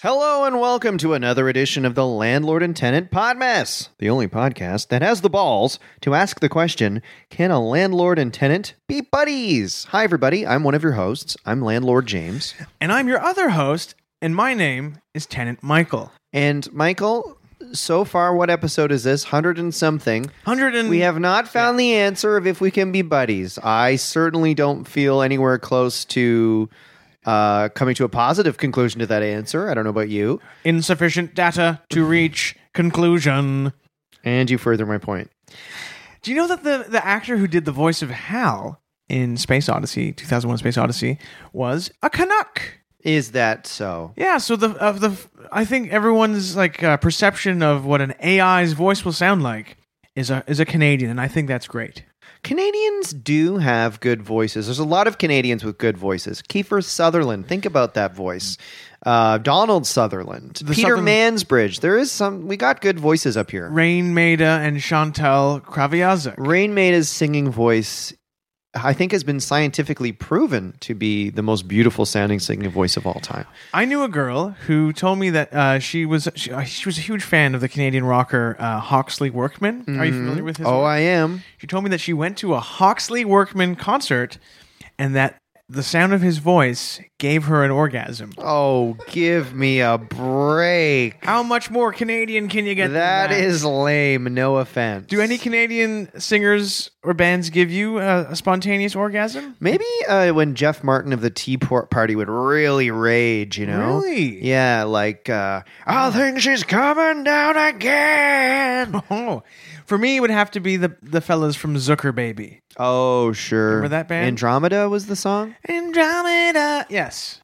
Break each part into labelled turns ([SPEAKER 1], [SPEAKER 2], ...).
[SPEAKER 1] Hello and welcome to another edition of the Landlord and Tenant Podmess, the only podcast that has the balls to ask the question Can a landlord and tenant be buddies? Hi, everybody. I'm one of your hosts. I'm Landlord James.
[SPEAKER 2] And I'm your other host, and my name is Tenant Michael.
[SPEAKER 1] And Michael, so far, what episode is this? 100 and something.
[SPEAKER 2] 100 and
[SPEAKER 1] We have not found the answer of if we can be buddies. I certainly don't feel anywhere close to uh, coming to a positive conclusion to that answer. I don't know about you.
[SPEAKER 2] insufficient data to reach conclusion.
[SPEAKER 1] And you further my point.
[SPEAKER 2] Do you know that the, the actor who did the voice of Hal in Space Odyssey, 2001 Space Odyssey, was a Canuck?
[SPEAKER 1] Is that so?
[SPEAKER 2] Yeah, so the of the I think everyone's like uh, perception of what an AI's voice will sound like is a is a Canadian, and I think that's great.
[SPEAKER 1] Canadians do have good voices. There's a lot of Canadians with good voices. Kiefer Sutherland, think about that voice. Uh, Donald Sutherland,
[SPEAKER 2] The
[SPEAKER 1] Peter
[SPEAKER 2] Southern-
[SPEAKER 1] Mansbridge. There is some. We got good voices up here.
[SPEAKER 2] Rain Maida and Chantal Kraviazak.
[SPEAKER 1] Rain Maida's singing voice, I think, has been scientifically proven to be the most beautiful sounding singing voice of all time.
[SPEAKER 2] I knew a girl who told me that uh, she was she, uh, she was a huge fan of the Canadian rocker uh, Hawksley Workman. Are you familiar with his?
[SPEAKER 1] Oh,
[SPEAKER 2] work?
[SPEAKER 1] I am.
[SPEAKER 2] she told me that she went to a Hawksley Workman concert, and that the sound of his voice gave her an orgasm.
[SPEAKER 1] Oh, give me a break.
[SPEAKER 2] How much more Canadian can you get? than
[SPEAKER 1] That is lame. No offense.
[SPEAKER 2] Do any Canadian singers or bands give you a, a spontaneous orgasm?
[SPEAKER 1] Maybe uh, when Jeff Martin of the Tea Port Party would really rage, you know?
[SPEAKER 2] Really?
[SPEAKER 1] Yeah, like, uh, I
[SPEAKER 2] Ah,
[SPEAKER 1] think she's coming down again.
[SPEAKER 2] Oh, for me, it would have to be the the fellas from Zucker Baby.
[SPEAKER 1] Oh, sure.
[SPEAKER 2] Remember that band?
[SPEAKER 1] Andromeda was the song?
[SPEAKER 2] Andromeda. Yes.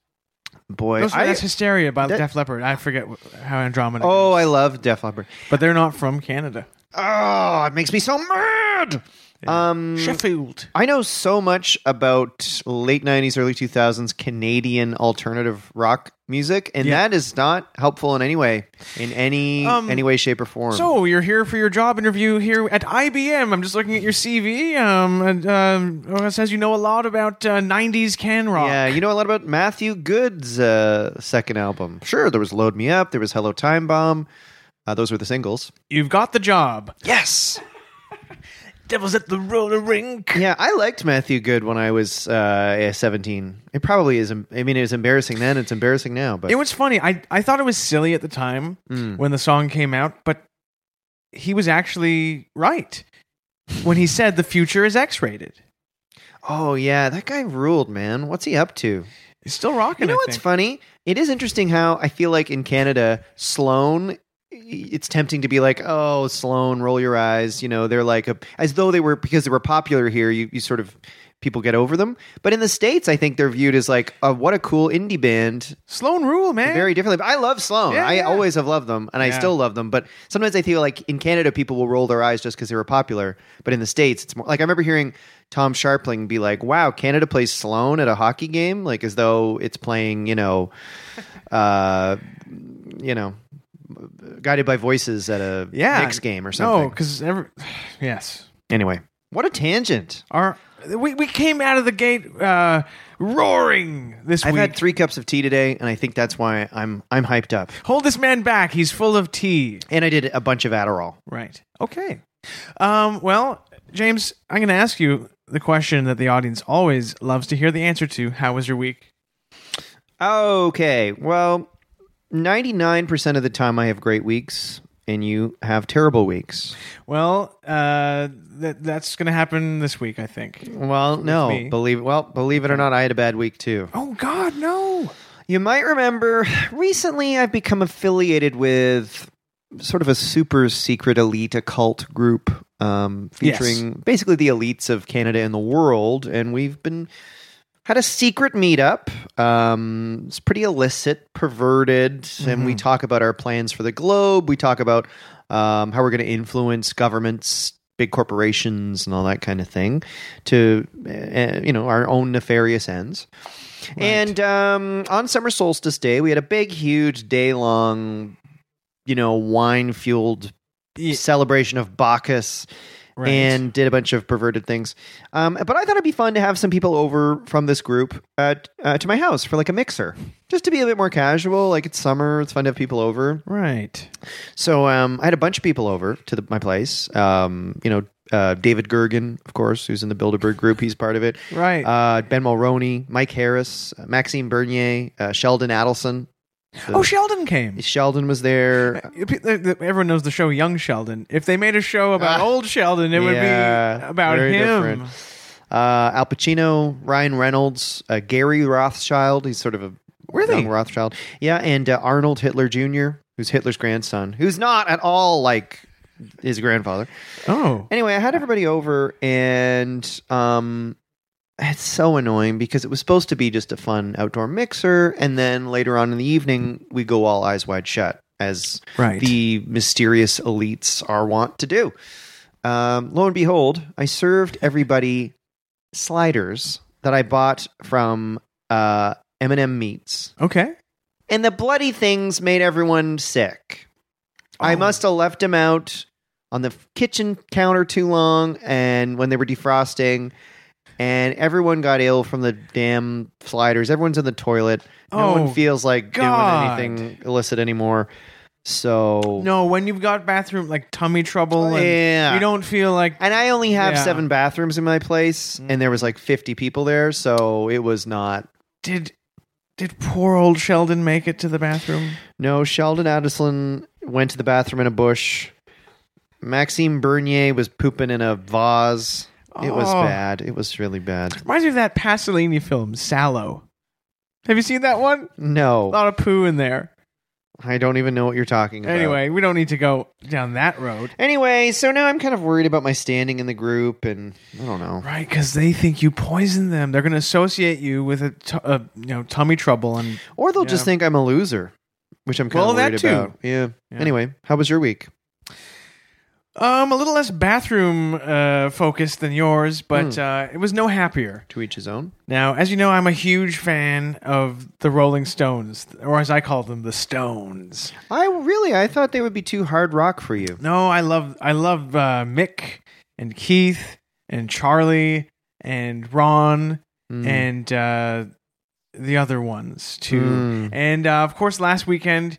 [SPEAKER 1] Boy,
[SPEAKER 2] Those,
[SPEAKER 1] I,
[SPEAKER 2] that's Hysteria by
[SPEAKER 1] that-
[SPEAKER 2] Def Leppard. I forget wh- how Andromeda.
[SPEAKER 1] oh,
[SPEAKER 2] is.
[SPEAKER 1] I love Def Leppard.
[SPEAKER 2] but they're not from Canada.
[SPEAKER 1] Oh, it makes me so mad. Um,
[SPEAKER 2] Sheffield.
[SPEAKER 1] I know so much about late 90s, early 2000s Canadian alternative rock music, and
[SPEAKER 2] Yeah.
[SPEAKER 1] that is not helpful in any way, in any
[SPEAKER 2] Um,
[SPEAKER 1] any way, shape, or form.
[SPEAKER 2] So you're here for your job interview here at IBM. I'm just looking at your CV. Um, and um, oh, it says you know a lot about uh, '90s can rock.
[SPEAKER 1] Yeah, you know a lot about Matthew Good's uh, second album. Sure, there was Load Me Up, there was Hello Time Bomb. Uh, those were the singles.
[SPEAKER 2] You've got the job.
[SPEAKER 1] Yes.
[SPEAKER 2] Devil's at the roller rink.
[SPEAKER 1] Yeah, I liked Matthew Good when I was uh, yeah, 17. It probably is. em- I mean, it was embarrassing then. It's embarrassing now. But
[SPEAKER 2] It was funny. I I thought it was silly at the time
[SPEAKER 1] Mm.
[SPEAKER 2] when the song came out, but he was actually right when he said the future is X-rated.
[SPEAKER 1] oh yeah, that guy ruled, man. What's he up to?
[SPEAKER 2] It's still rocking.
[SPEAKER 1] You know
[SPEAKER 2] I
[SPEAKER 1] what's
[SPEAKER 2] think.
[SPEAKER 1] funny? It is interesting how I feel like in Canada, Sloan, it's tempting to be like, oh, Sloan, roll your eyes. You know, they're like, a, as though they were, because they were popular here, you, you sort of, people get over them. But in the States, I think they're viewed as like, oh, what a cool indie band.
[SPEAKER 2] Sloan Rule, man.
[SPEAKER 1] Very differently. But I love Sloan.
[SPEAKER 2] Yeah,
[SPEAKER 1] I
[SPEAKER 2] yeah.
[SPEAKER 1] always have loved them and I
[SPEAKER 2] Yeah.
[SPEAKER 1] still love them. But sometimes I feel like in Canada, people will roll their eyes just because they were popular. But in the States, it's more like I remember hearing Tom Sharpling be like, wow, Canada plays Sloan at a hockey game, like as though it's playing, you know, uh, you know, guided by voices at a
[SPEAKER 2] Yeah.
[SPEAKER 1] Knicks game or
[SPEAKER 2] No,
[SPEAKER 1] something.
[SPEAKER 2] because every yes,
[SPEAKER 1] Anyway, what a tangent.
[SPEAKER 2] our we we came out of the gate uh, roaring this
[SPEAKER 1] I've
[SPEAKER 2] week.
[SPEAKER 1] had three cups of tea today, and I think that's why I'm I'm hyped up.
[SPEAKER 2] Hold this man back. He's full of tea.
[SPEAKER 1] And I did a bunch of Adderall.
[SPEAKER 2] Right. Okay. Um, well, James, I'm going to ask you the question that the audience always loves to hear the answer to. How was your week?
[SPEAKER 1] Okay. Well, 99% of the time I have great weeks and you have terrible weeks.
[SPEAKER 2] Well, uh, that that's going to happen this week, I think.
[SPEAKER 1] Well, no.
[SPEAKER 2] me.
[SPEAKER 1] Believe well, believe it or not, I had a bad week too.
[SPEAKER 2] Oh God, no!
[SPEAKER 1] You might remember recently I've become affiliated with sort of a super secret elite occult group um,
[SPEAKER 2] Yes.
[SPEAKER 1] featuring basically the elites of Canada and the world. And we've been had a secret meetup. Um, it's pretty illicit, perverted. And we talk about our plans for the globe. We talk about um, how we're going to influence governments. Big corporations and all that kind of thing, to uh, you know our own nefarious ends. And um, on summer solstice day, we had a big, huge day long, you know, wine fueled
[SPEAKER 2] Yeah.
[SPEAKER 1] celebration of Bacchus
[SPEAKER 2] Right.
[SPEAKER 1] and did a bunch of perverted things. Um, but I thought it'd be fun to have some people over from this group uh, t- uh, to my house for like a mixer, just to be a bit more casual. Like it's summer, it's fun to have people over.
[SPEAKER 2] Right.
[SPEAKER 1] So um, I had a bunch of people over to the, my place. Um, you know, uh, David Gergen, of course, who's in the Bilderberg group. He's part of it.
[SPEAKER 2] Right.
[SPEAKER 1] Uh, ben Mulroney, Mike Harris, uh, Maxime Bernier, uh, Sheldon Adelson.
[SPEAKER 2] oh, Sheldon came.
[SPEAKER 1] Sheldon was there.
[SPEAKER 2] Everyone knows the show Young Sheldon. If they made a show about
[SPEAKER 1] Ah.
[SPEAKER 2] old Sheldon, it would be
[SPEAKER 1] Yeah,
[SPEAKER 2] about
[SPEAKER 1] very
[SPEAKER 2] him.
[SPEAKER 1] different. Uh, Al Pacino, Ryan Reynolds, uh, Gary Rothschild. He's sort of a
[SPEAKER 2] Really?
[SPEAKER 1] young Rothschild. Yeah, and uh, Arnold Hitler Jr., who's Hitler's grandson, who's not at all like his grandfather.
[SPEAKER 2] Oh.
[SPEAKER 1] Anyway, I had everybody over, and um, it's so annoying because it was supposed to be just a fun outdoor mixer, and then later on in the evening, we go all eyes wide shut as
[SPEAKER 2] Right.
[SPEAKER 1] the mysterious elites are wont to do. Um, lo and behold, I served everybody sliders that I bought from uh, M&M Meats,
[SPEAKER 2] okay.
[SPEAKER 1] and the bloody things made everyone sick. I
[SPEAKER 2] Oh.
[SPEAKER 1] must have left them out on the kitchen counter too long, and when they were defrosting, and everyone got ill from the damn sliders. Everyone's in the toilet. No one
[SPEAKER 2] Oh,
[SPEAKER 1] feels like
[SPEAKER 2] God.
[SPEAKER 1] doing anything illicit anymore. So
[SPEAKER 2] No, when you've got bathroom like tummy trouble and
[SPEAKER 1] Yeah.
[SPEAKER 2] you don't feel like
[SPEAKER 1] And I only have
[SPEAKER 2] Yeah. Mm.
[SPEAKER 1] seven bathrooms in my place, and there was like fifty people there, so it was not.
[SPEAKER 2] did did poor old Sheldon make it to the bathroom?
[SPEAKER 1] No, Sheldon Addison went to the bathroom in a bush. Maxime Bernier was pooping in a vase. It was
[SPEAKER 2] Oh.
[SPEAKER 1] bad. It was really bad.
[SPEAKER 2] Reminds me of that Pasolini film, Sallow. Have you seen that one? A
[SPEAKER 1] No,
[SPEAKER 2] lot of poo in there.
[SPEAKER 1] I don't even know what you're talking about.
[SPEAKER 2] Anyway, we don't need to go down that road.
[SPEAKER 1] Anyway, so now I'm kind of worried about my standing in the group, and I don't know.
[SPEAKER 2] Right, because they think you poisoned them. They're going to associate you with a, t- a you know tummy trouble and
[SPEAKER 1] Or they'll
[SPEAKER 2] Yeah.
[SPEAKER 1] just think I'm a loser, which I'm kind
[SPEAKER 2] Well,
[SPEAKER 1] of
[SPEAKER 2] that
[SPEAKER 1] worried
[SPEAKER 2] too.
[SPEAKER 1] about. Yeah.
[SPEAKER 2] Yeah.
[SPEAKER 1] Anyway, how was your week?
[SPEAKER 2] um a little less bathroom uh, focused than yours, but uh, it was no happier.
[SPEAKER 1] To each his own.
[SPEAKER 2] Now, as you know, I'm a huge fan of the Rolling Stones, or as I call them, the Stones.
[SPEAKER 1] I really, I thought they would be too hard rock for you.
[SPEAKER 2] No, I love I love uh, Mick and Keith and Charlie and Ron
[SPEAKER 1] Mm.
[SPEAKER 2] and uh, the other ones too.
[SPEAKER 1] Mm.
[SPEAKER 2] And uh, of course, last weekend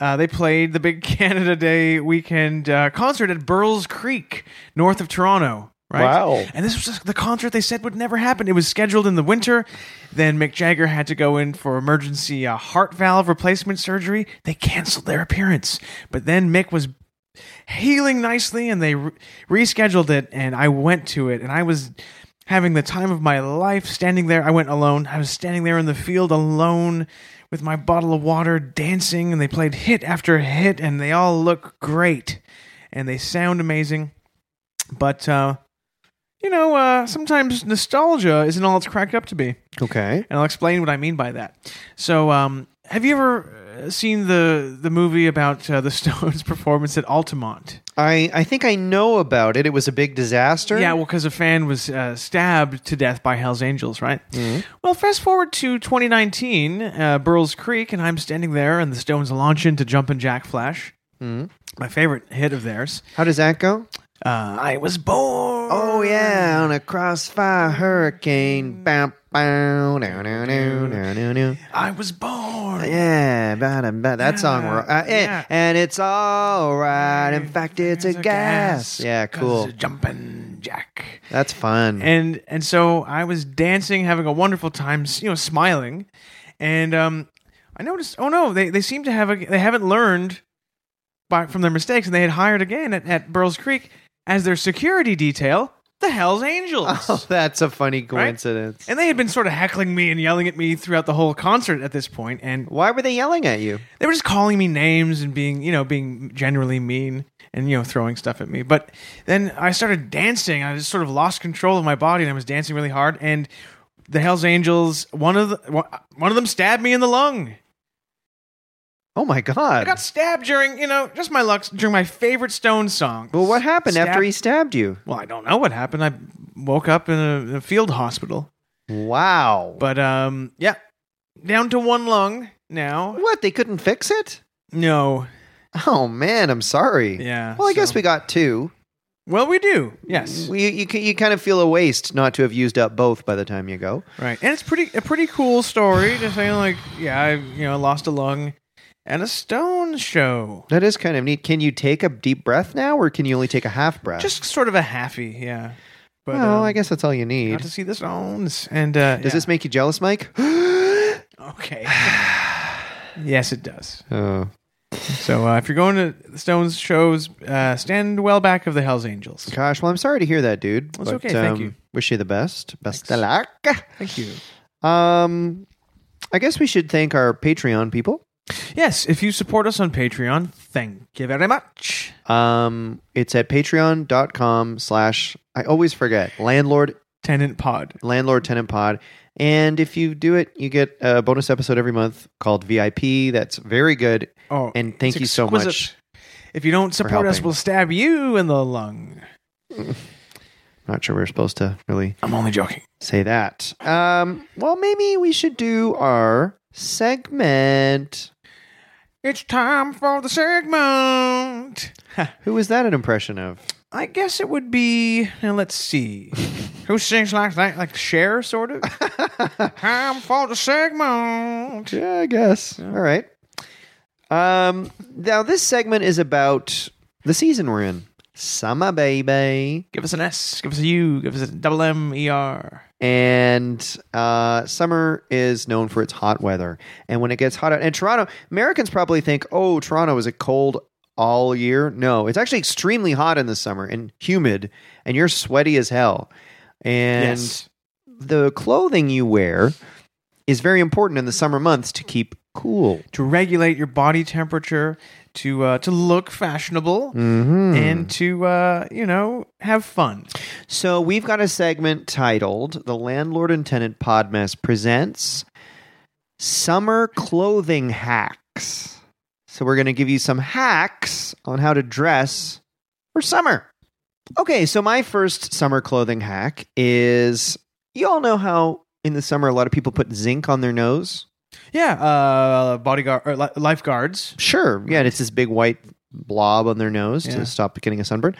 [SPEAKER 2] uh, they played the big Canada Day weekend uh, concert at Burles Creek, north of Toronto. Right?
[SPEAKER 1] Wow.
[SPEAKER 2] And this was just the concert they said would never happen. It was scheduled in the winter. Then Mick Jagger had to go in for emergency uh, heart valve replacement surgery. They canceled their appearance. But then Mick was healing nicely and they re- rescheduled it and I went to it and I was having the time of my life standing there I went alone I was standing there in the field alone with my bottle of water dancing and they played hit after hit and they all look great and they sound amazing but uh you know uh sometimes nostalgia isn't all it's cracked up to be
[SPEAKER 1] Okay.
[SPEAKER 2] and I'll explain what I mean by that. So, um, have you ever uh, seen the the movie about uh, the Stones' performance at Altamont?
[SPEAKER 1] I, I think I know about it. It was a big disaster.
[SPEAKER 2] Yeah, well, because a fan was uh, stabbed to death by Hell's Angels, right?
[SPEAKER 1] Mm-hmm.
[SPEAKER 2] Well, fast forward to 2019, uh, Burles Creek, and I'm standing there, and the Stones launch into Jumpin' Jack Flash,
[SPEAKER 1] Mhm.
[SPEAKER 2] my favorite hit of theirs.
[SPEAKER 1] How does that go?
[SPEAKER 2] Uh, I was born.
[SPEAKER 1] Oh, yeah. On a crossfire
[SPEAKER 2] Mm.
[SPEAKER 1] hurricane. Bow, bow, no, no, no, no, no, no.
[SPEAKER 2] I was born.
[SPEAKER 1] Yeah, ba da ba- that song. ro- Uh, eh,
[SPEAKER 2] Yeah.
[SPEAKER 1] And it's all right. In fact, it's a
[SPEAKER 2] It's a
[SPEAKER 1] gas.
[SPEAKER 2] gas.
[SPEAKER 1] Yeah, cool. Hmm.
[SPEAKER 2] Jumpin' Jack.
[SPEAKER 1] That's fun.
[SPEAKER 2] and and so I was dancing, having a wonderful time, s- you know, smiling, and um, I noticed, oh no, they they seem to have a, they haven't learned by from their mistakes, and they had hired again at, at Burles Creek as their security detail, the Hell's Angels.
[SPEAKER 1] oh, that's a funny coincidence.
[SPEAKER 2] And they had been sort of heckling me and yelling at me throughout the whole concert at this point, and
[SPEAKER 1] Why were they yelling at you?
[SPEAKER 2] they were just calling me names and being you know being generally mean and you know throwing stuff at me but then i started dancing i just sort of lost control of my body and i was dancing really hard and the hells angels one of the one of them stabbed me in the lung
[SPEAKER 1] Oh, my God.
[SPEAKER 2] i got stabbed during you know just my luck during my favorite stone song
[SPEAKER 1] well, what happened after
[SPEAKER 2] Stabbed-
[SPEAKER 1] he stabbed you?
[SPEAKER 2] well i don't know what happened i woke up in a, in a field hospital
[SPEAKER 1] Wow.
[SPEAKER 2] but um yeah down to one lung now
[SPEAKER 1] What? They couldn't fix it?
[SPEAKER 2] no
[SPEAKER 1] Oh man, I'm sorry.
[SPEAKER 2] Yeah,
[SPEAKER 1] Well, I guess
[SPEAKER 2] so-
[SPEAKER 1] we got two.
[SPEAKER 2] Well, we do. Yes.
[SPEAKER 1] You, you, ca- you kind of feel a waste not to have used up both by the time you go.
[SPEAKER 2] Right, and it's pretty a pretty cool story to say like, yeah, I you know lost a lung and a stone show.
[SPEAKER 1] That is kind of neat. Can you take a deep breath now, or can you only take a half breath?
[SPEAKER 2] Just sort of a happy, yeah. But
[SPEAKER 1] well,
[SPEAKER 2] um,
[SPEAKER 1] I guess that's all you need.
[SPEAKER 2] got to
[SPEAKER 1] Does
[SPEAKER 2] see the stones and uh, yeah.
[SPEAKER 1] this make you jealous, Mike?
[SPEAKER 2] okay? yes, it does.
[SPEAKER 1] oh.
[SPEAKER 2] So uh, if you're going to the Stones shows, uh, stand well back of the Hell's Angels.
[SPEAKER 1] Gosh, well, I'm sorry to hear that, dude. um,
[SPEAKER 2] That's okay, thank you.
[SPEAKER 1] Wish you the best. Best of luck.
[SPEAKER 2] Thank you.
[SPEAKER 1] Um, I guess we should thank our Patreon people.
[SPEAKER 2] Yes, if you support us on Patreon, thank you very much.
[SPEAKER 1] Um, it's at patreon.com slash, I always forget, landlord,
[SPEAKER 2] Tenant Pod.
[SPEAKER 1] landlord tenant pod. And if you do it, you get a bonus episode every month called VIP. That's very good.
[SPEAKER 2] Oh,
[SPEAKER 1] And thank
[SPEAKER 2] it's
[SPEAKER 1] you so
[SPEAKER 2] exquisite.
[SPEAKER 1] much.
[SPEAKER 2] If you don't support us,
[SPEAKER 1] helping.
[SPEAKER 2] we'll stab you in the lung.
[SPEAKER 1] Not sure we're supposed to really
[SPEAKER 2] I'm only joking.
[SPEAKER 1] say that. Um, well, maybe we should do our segment.
[SPEAKER 2] It's time for the segment.
[SPEAKER 1] Who was that an impression of?
[SPEAKER 2] I guess it would be. Now let's see. Who sings like that? Like Cher, sort of. time for the segment.
[SPEAKER 1] Yeah, I guess. All right. Um, now this segment is about the season we're in. Summer baby.
[SPEAKER 2] Give us an S. Give us a U. Give us a double M E R.
[SPEAKER 1] And uh, summer is known for its hot weather. And when it gets hot out, and Toronto, Americans probably think, oh, Toronto is a cold all year. No, it's actually extremely hot in the summer and humid, and you're sweaty as hell. And
[SPEAKER 2] Yes.
[SPEAKER 1] the clothing you wear is very important in the summer months to keep cool.
[SPEAKER 2] To regulate your body temperature, to uh, to look fashionable, and to uh, you know have fun.
[SPEAKER 1] So we've got a segment titled "The Landlord and Tenant Podmas Presents Summer Clothing Hacks." So we're going to give you some hacks on how to dress for summer. Okay, so my first summer clothing hack is you all know how in the summer a lot of people put zinc on their nose.
[SPEAKER 2] Yeah. Uh, bodyguard or li- lifeguards.
[SPEAKER 1] Sure, yeah, and it's this big white blob on their nose
[SPEAKER 2] Yeah.
[SPEAKER 1] to stop getting a sunburn.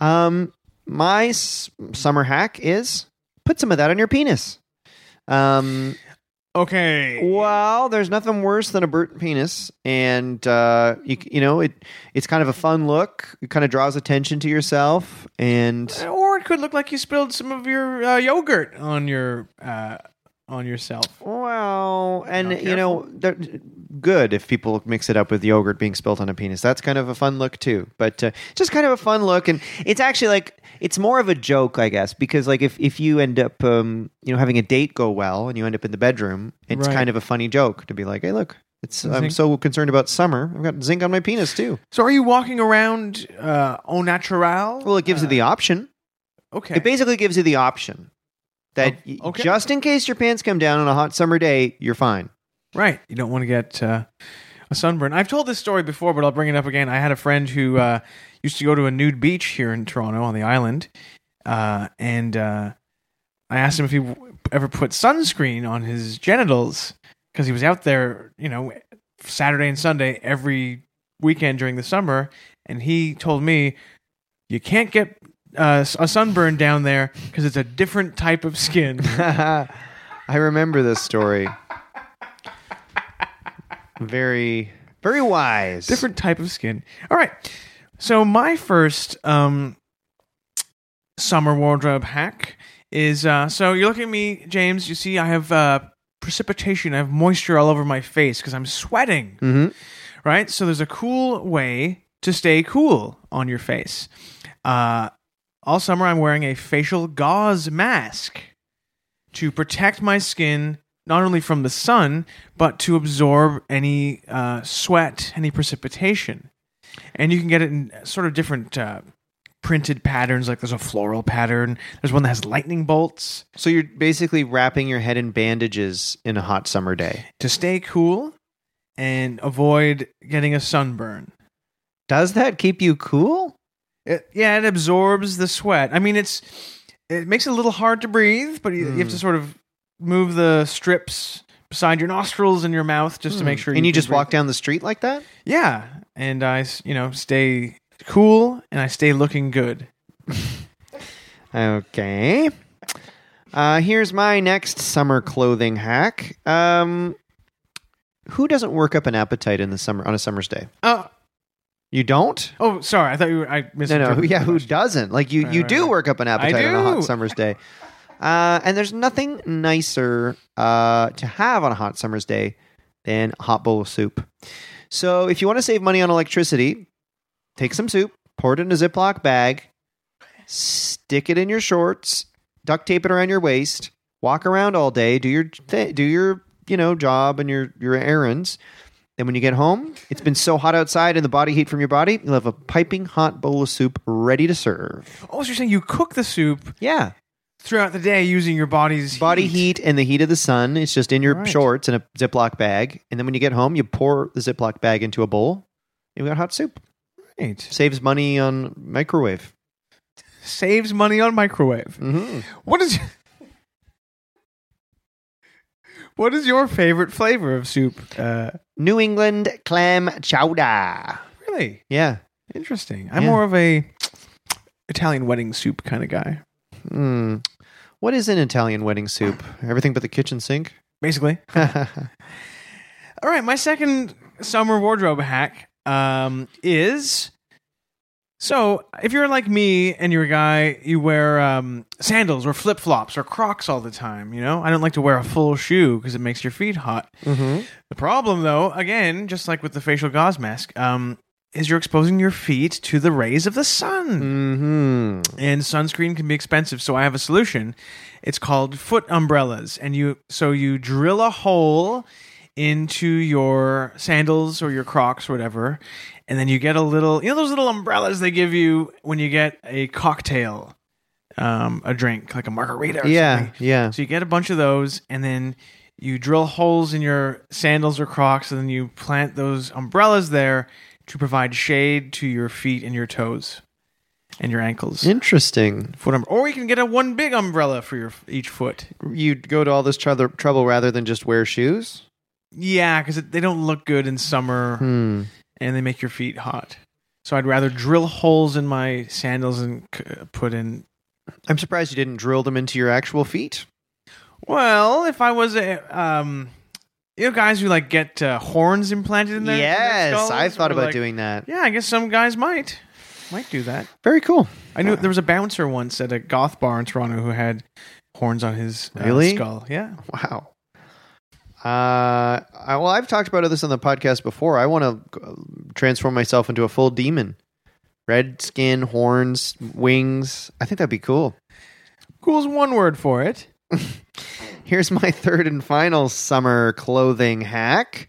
[SPEAKER 1] Um, my s- summer hack is put some of that on your penis. Um,
[SPEAKER 2] Okay.
[SPEAKER 1] well, there's nothing worse than a burnt penis, and uh, you you know it. It's kind of a fun look. It kind of draws attention to yourself, and
[SPEAKER 2] Or it could look like you spilled some of your uh, yogurt on your uh, on yourself.
[SPEAKER 1] well, and
[SPEAKER 2] Not
[SPEAKER 1] you know, they're- good if people mix it up with yogurt being spilled on a penis. That's kind of a fun look too. But uh, just kind of a fun look, and it's actually like it's more of a joke, I guess, because like if if you end up um, you know having a date go well and you end up in the bedroom, it's
[SPEAKER 2] Right.
[SPEAKER 1] kind of a funny joke to be like, hey, look. It's, I'm
[SPEAKER 2] Zinc.
[SPEAKER 1] so concerned about summer. I've got zinc on my penis too.
[SPEAKER 2] So are you walking around uh, au natural?
[SPEAKER 1] Well, it gives you the option.
[SPEAKER 2] Uh, okay.
[SPEAKER 1] It basically gives you the option that
[SPEAKER 2] Oh,
[SPEAKER 1] y-
[SPEAKER 2] okay.
[SPEAKER 1] just in case your pants come down on a hot summer day, you're fine.
[SPEAKER 2] right. You don't want to get uh, a sunburn. I've told this story before, but I'll bring it up again. I had a friend who uh, used to go to a nude beach here in Toronto on the island, uh, and uh, I asked him if he w- ever put sunscreen on his genitals because he was out there, you know, Saturday and Sunday every weekend during the summer, and he told me you can't get uh, a sunburn down there because it's a different type of skin.
[SPEAKER 1] I remember this story. Very, very wise.
[SPEAKER 2] different type of skin. All right. So my first um summer wardrobe hack is uh so you're looking at me, James, you see I have uh precipitation, I have moisture all over my face because I'm sweating.
[SPEAKER 1] Mhm.
[SPEAKER 2] Right? So there's a cool way to stay cool on your face. Uh all summer I'm wearing a facial gauze mask to protect my skin not only from the sun but to absorb any uh, sweat, any precipitation. And you can get it in sort of different uh, printed patterns. Like there's a floral pattern. There's one that has lightning bolts
[SPEAKER 1] So you're basically wrapping your head in bandages in a hot summer day.
[SPEAKER 2] to stay cool and avoid getting a sunburn.
[SPEAKER 1] Does that keep you cool?
[SPEAKER 2] It, yeah, it absorbs the sweat. I mean, it's it makes it a little hard to breathe, but you, you
[SPEAKER 1] Mm.
[SPEAKER 2] have to sort of move the strips beside your nostrils and your mouth just to make sure.
[SPEAKER 1] Mm. And you,
[SPEAKER 2] can
[SPEAKER 1] just
[SPEAKER 2] breathe.
[SPEAKER 1] walk down the street like that?
[SPEAKER 2] Yeah, and I, s- you know, stay cool and I stay looking good.
[SPEAKER 1] Okay. Uh, here's my next summer clothing hack. Um, who doesn't work up an appetite in the summer on a summer's day?
[SPEAKER 2] Oh,
[SPEAKER 1] You don't?
[SPEAKER 2] oh, sorry. I thought you were. I
[SPEAKER 1] No, no.
[SPEAKER 2] misinterpreted.
[SPEAKER 1] who- Yeah,
[SPEAKER 2] the
[SPEAKER 1] who
[SPEAKER 2] question.
[SPEAKER 1] doesn't? Like you,
[SPEAKER 2] Right,
[SPEAKER 1] you
[SPEAKER 2] right,
[SPEAKER 1] do
[SPEAKER 2] right.
[SPEAKER 1] work up an appetite on a
[SPEAKER 2] do.
[SPEAKER 1] hot summer's day. Uh, and there's nothing nicer uh, to have on a hot summer's day than a hot bowl of soup. So if you want to save money on electricity, take some soup, pour it in a Ziploc bag, stick it in your shorts, duct tape it around your waist, walk around all day, do your th- do your you know job and your your errands. Then when you get home, it's been so hot outside and the body heat from your body, you'll have a piping hot bowl of soup ready to serve.
[SPEAKER 2] Oh, so you're saying you cook the soup
[SPEAKER 1] Yeah,
[SPEAKER 2] throughout the day using your body's
[SPEAKER 1] body heat and the heat of the sun. It's just in your
[SPEAKER 2] Right.
[SPEAKER 1] shorts and a Ziploc bag. And then when you get home, you pour the Ziploc bag into a bowl. and You've got hot soup.
[SPEAKER 2] Right.
[SPEAKER 1] Saves money on microwave.
[SPEAKER 2] Saves money on microwave.
[SPEAKER 1] hmm
[SPEAKER 2] What is? What is your favorite flavor of soup? Uh,
[SPEAKER 1] New England clam chowder.
[SPEAKER 2] really
[SPEAKER 1] Yeah.
[SPEAKER 2] interesting. I'm
[SPEAKER 1] Yeah.
[SPEAKER 2] more of a Italian wedding soup kind of guy.
[SPEAKER 1] Hmm. What is an Italian wedding soup? Everything but the kitchen sink?
[SPEAKER 2] Basically, All right, my second summer wardrobe hack um, is so if you're like me and you're a guy, you wear um, sandals or flip flops or Crocs all the time. You know, I don't like to wear a full shoe because it makes your feet hot.
[SPEAKER 1] mm-hmm.
[SPEAKER 2] The problem, though, again, just like with the facial gauze mask, um, is you're exposing your feet to the rays of the sun
[SPEAKER 1] Mm-hmm.
[SPEAKER 2] and sunscreen can be expensive so i have a solution it's called foot umbrellas and you so you drill a hole into your sandals or your crocs or whatever and then you get a little you know those little umbrellas they give you when you get a cocktail um, a drink like a margarita or
[SPEAKER 1] Yeah.
[SPEAKER 2] something
[SPEAKER 1] Yeah.
[SPEAKER 2] so you get a bunch of those, and then you drill holes in your sandals or Crocs, and then you plant those umbrellas there to provide shade to your feet and your toes and your ankles.
[SPEAKER 1] Interesting.
[SPEAKER 2] Foot umbrella, or you can get a one big umbrella for your each foot.
[SPEAKER 1] You'd go to all this trouble, trouble rather than just wear shoes?
[SPEAKER 2] Yeah, because they don't look good in summer,
[SPEAKER 1] Hmm.
[SPEAKER 2] and they make your feet hot. So I'd rather drill holes in my sandals and c- put in.
[SPEAKER 1] I'm surprised you didn't drill them into your actual feet.
[SPEAKER 2] Well, if I was a um, you know, guys who like get uh, horns implanted in their in their
[SPEAKER 1] Yes,
[SPEAKER 2] skulls,
[SPEAKER 1] I've thought
[SPEAKER 2] or,
[SPEAKER 1] about
[SPEAKER 2] like,
[SPEAKER 1] doing that.
[SPEAKER 2] Yeah, I guess some guys might might do that.
[SPEAKER 1] Very cool.
[SPEAKER 2] I knew there was a bouncer once at a goth bar in Toronto who had horns on his uh,
[SPEAKER 1] Really?
[SPEAKER 2] skull. Yeah,
[SPEAKER 1] Wow. Uh, I, well, I've talked about this on the podcast before. I want to transform myself into a full demon. Red skin, horns, wings. I think that'd be cool.
[SPEAKER 2] cool's one word for it.
[SPEAKER 1] Here's my third and final summer clothing hack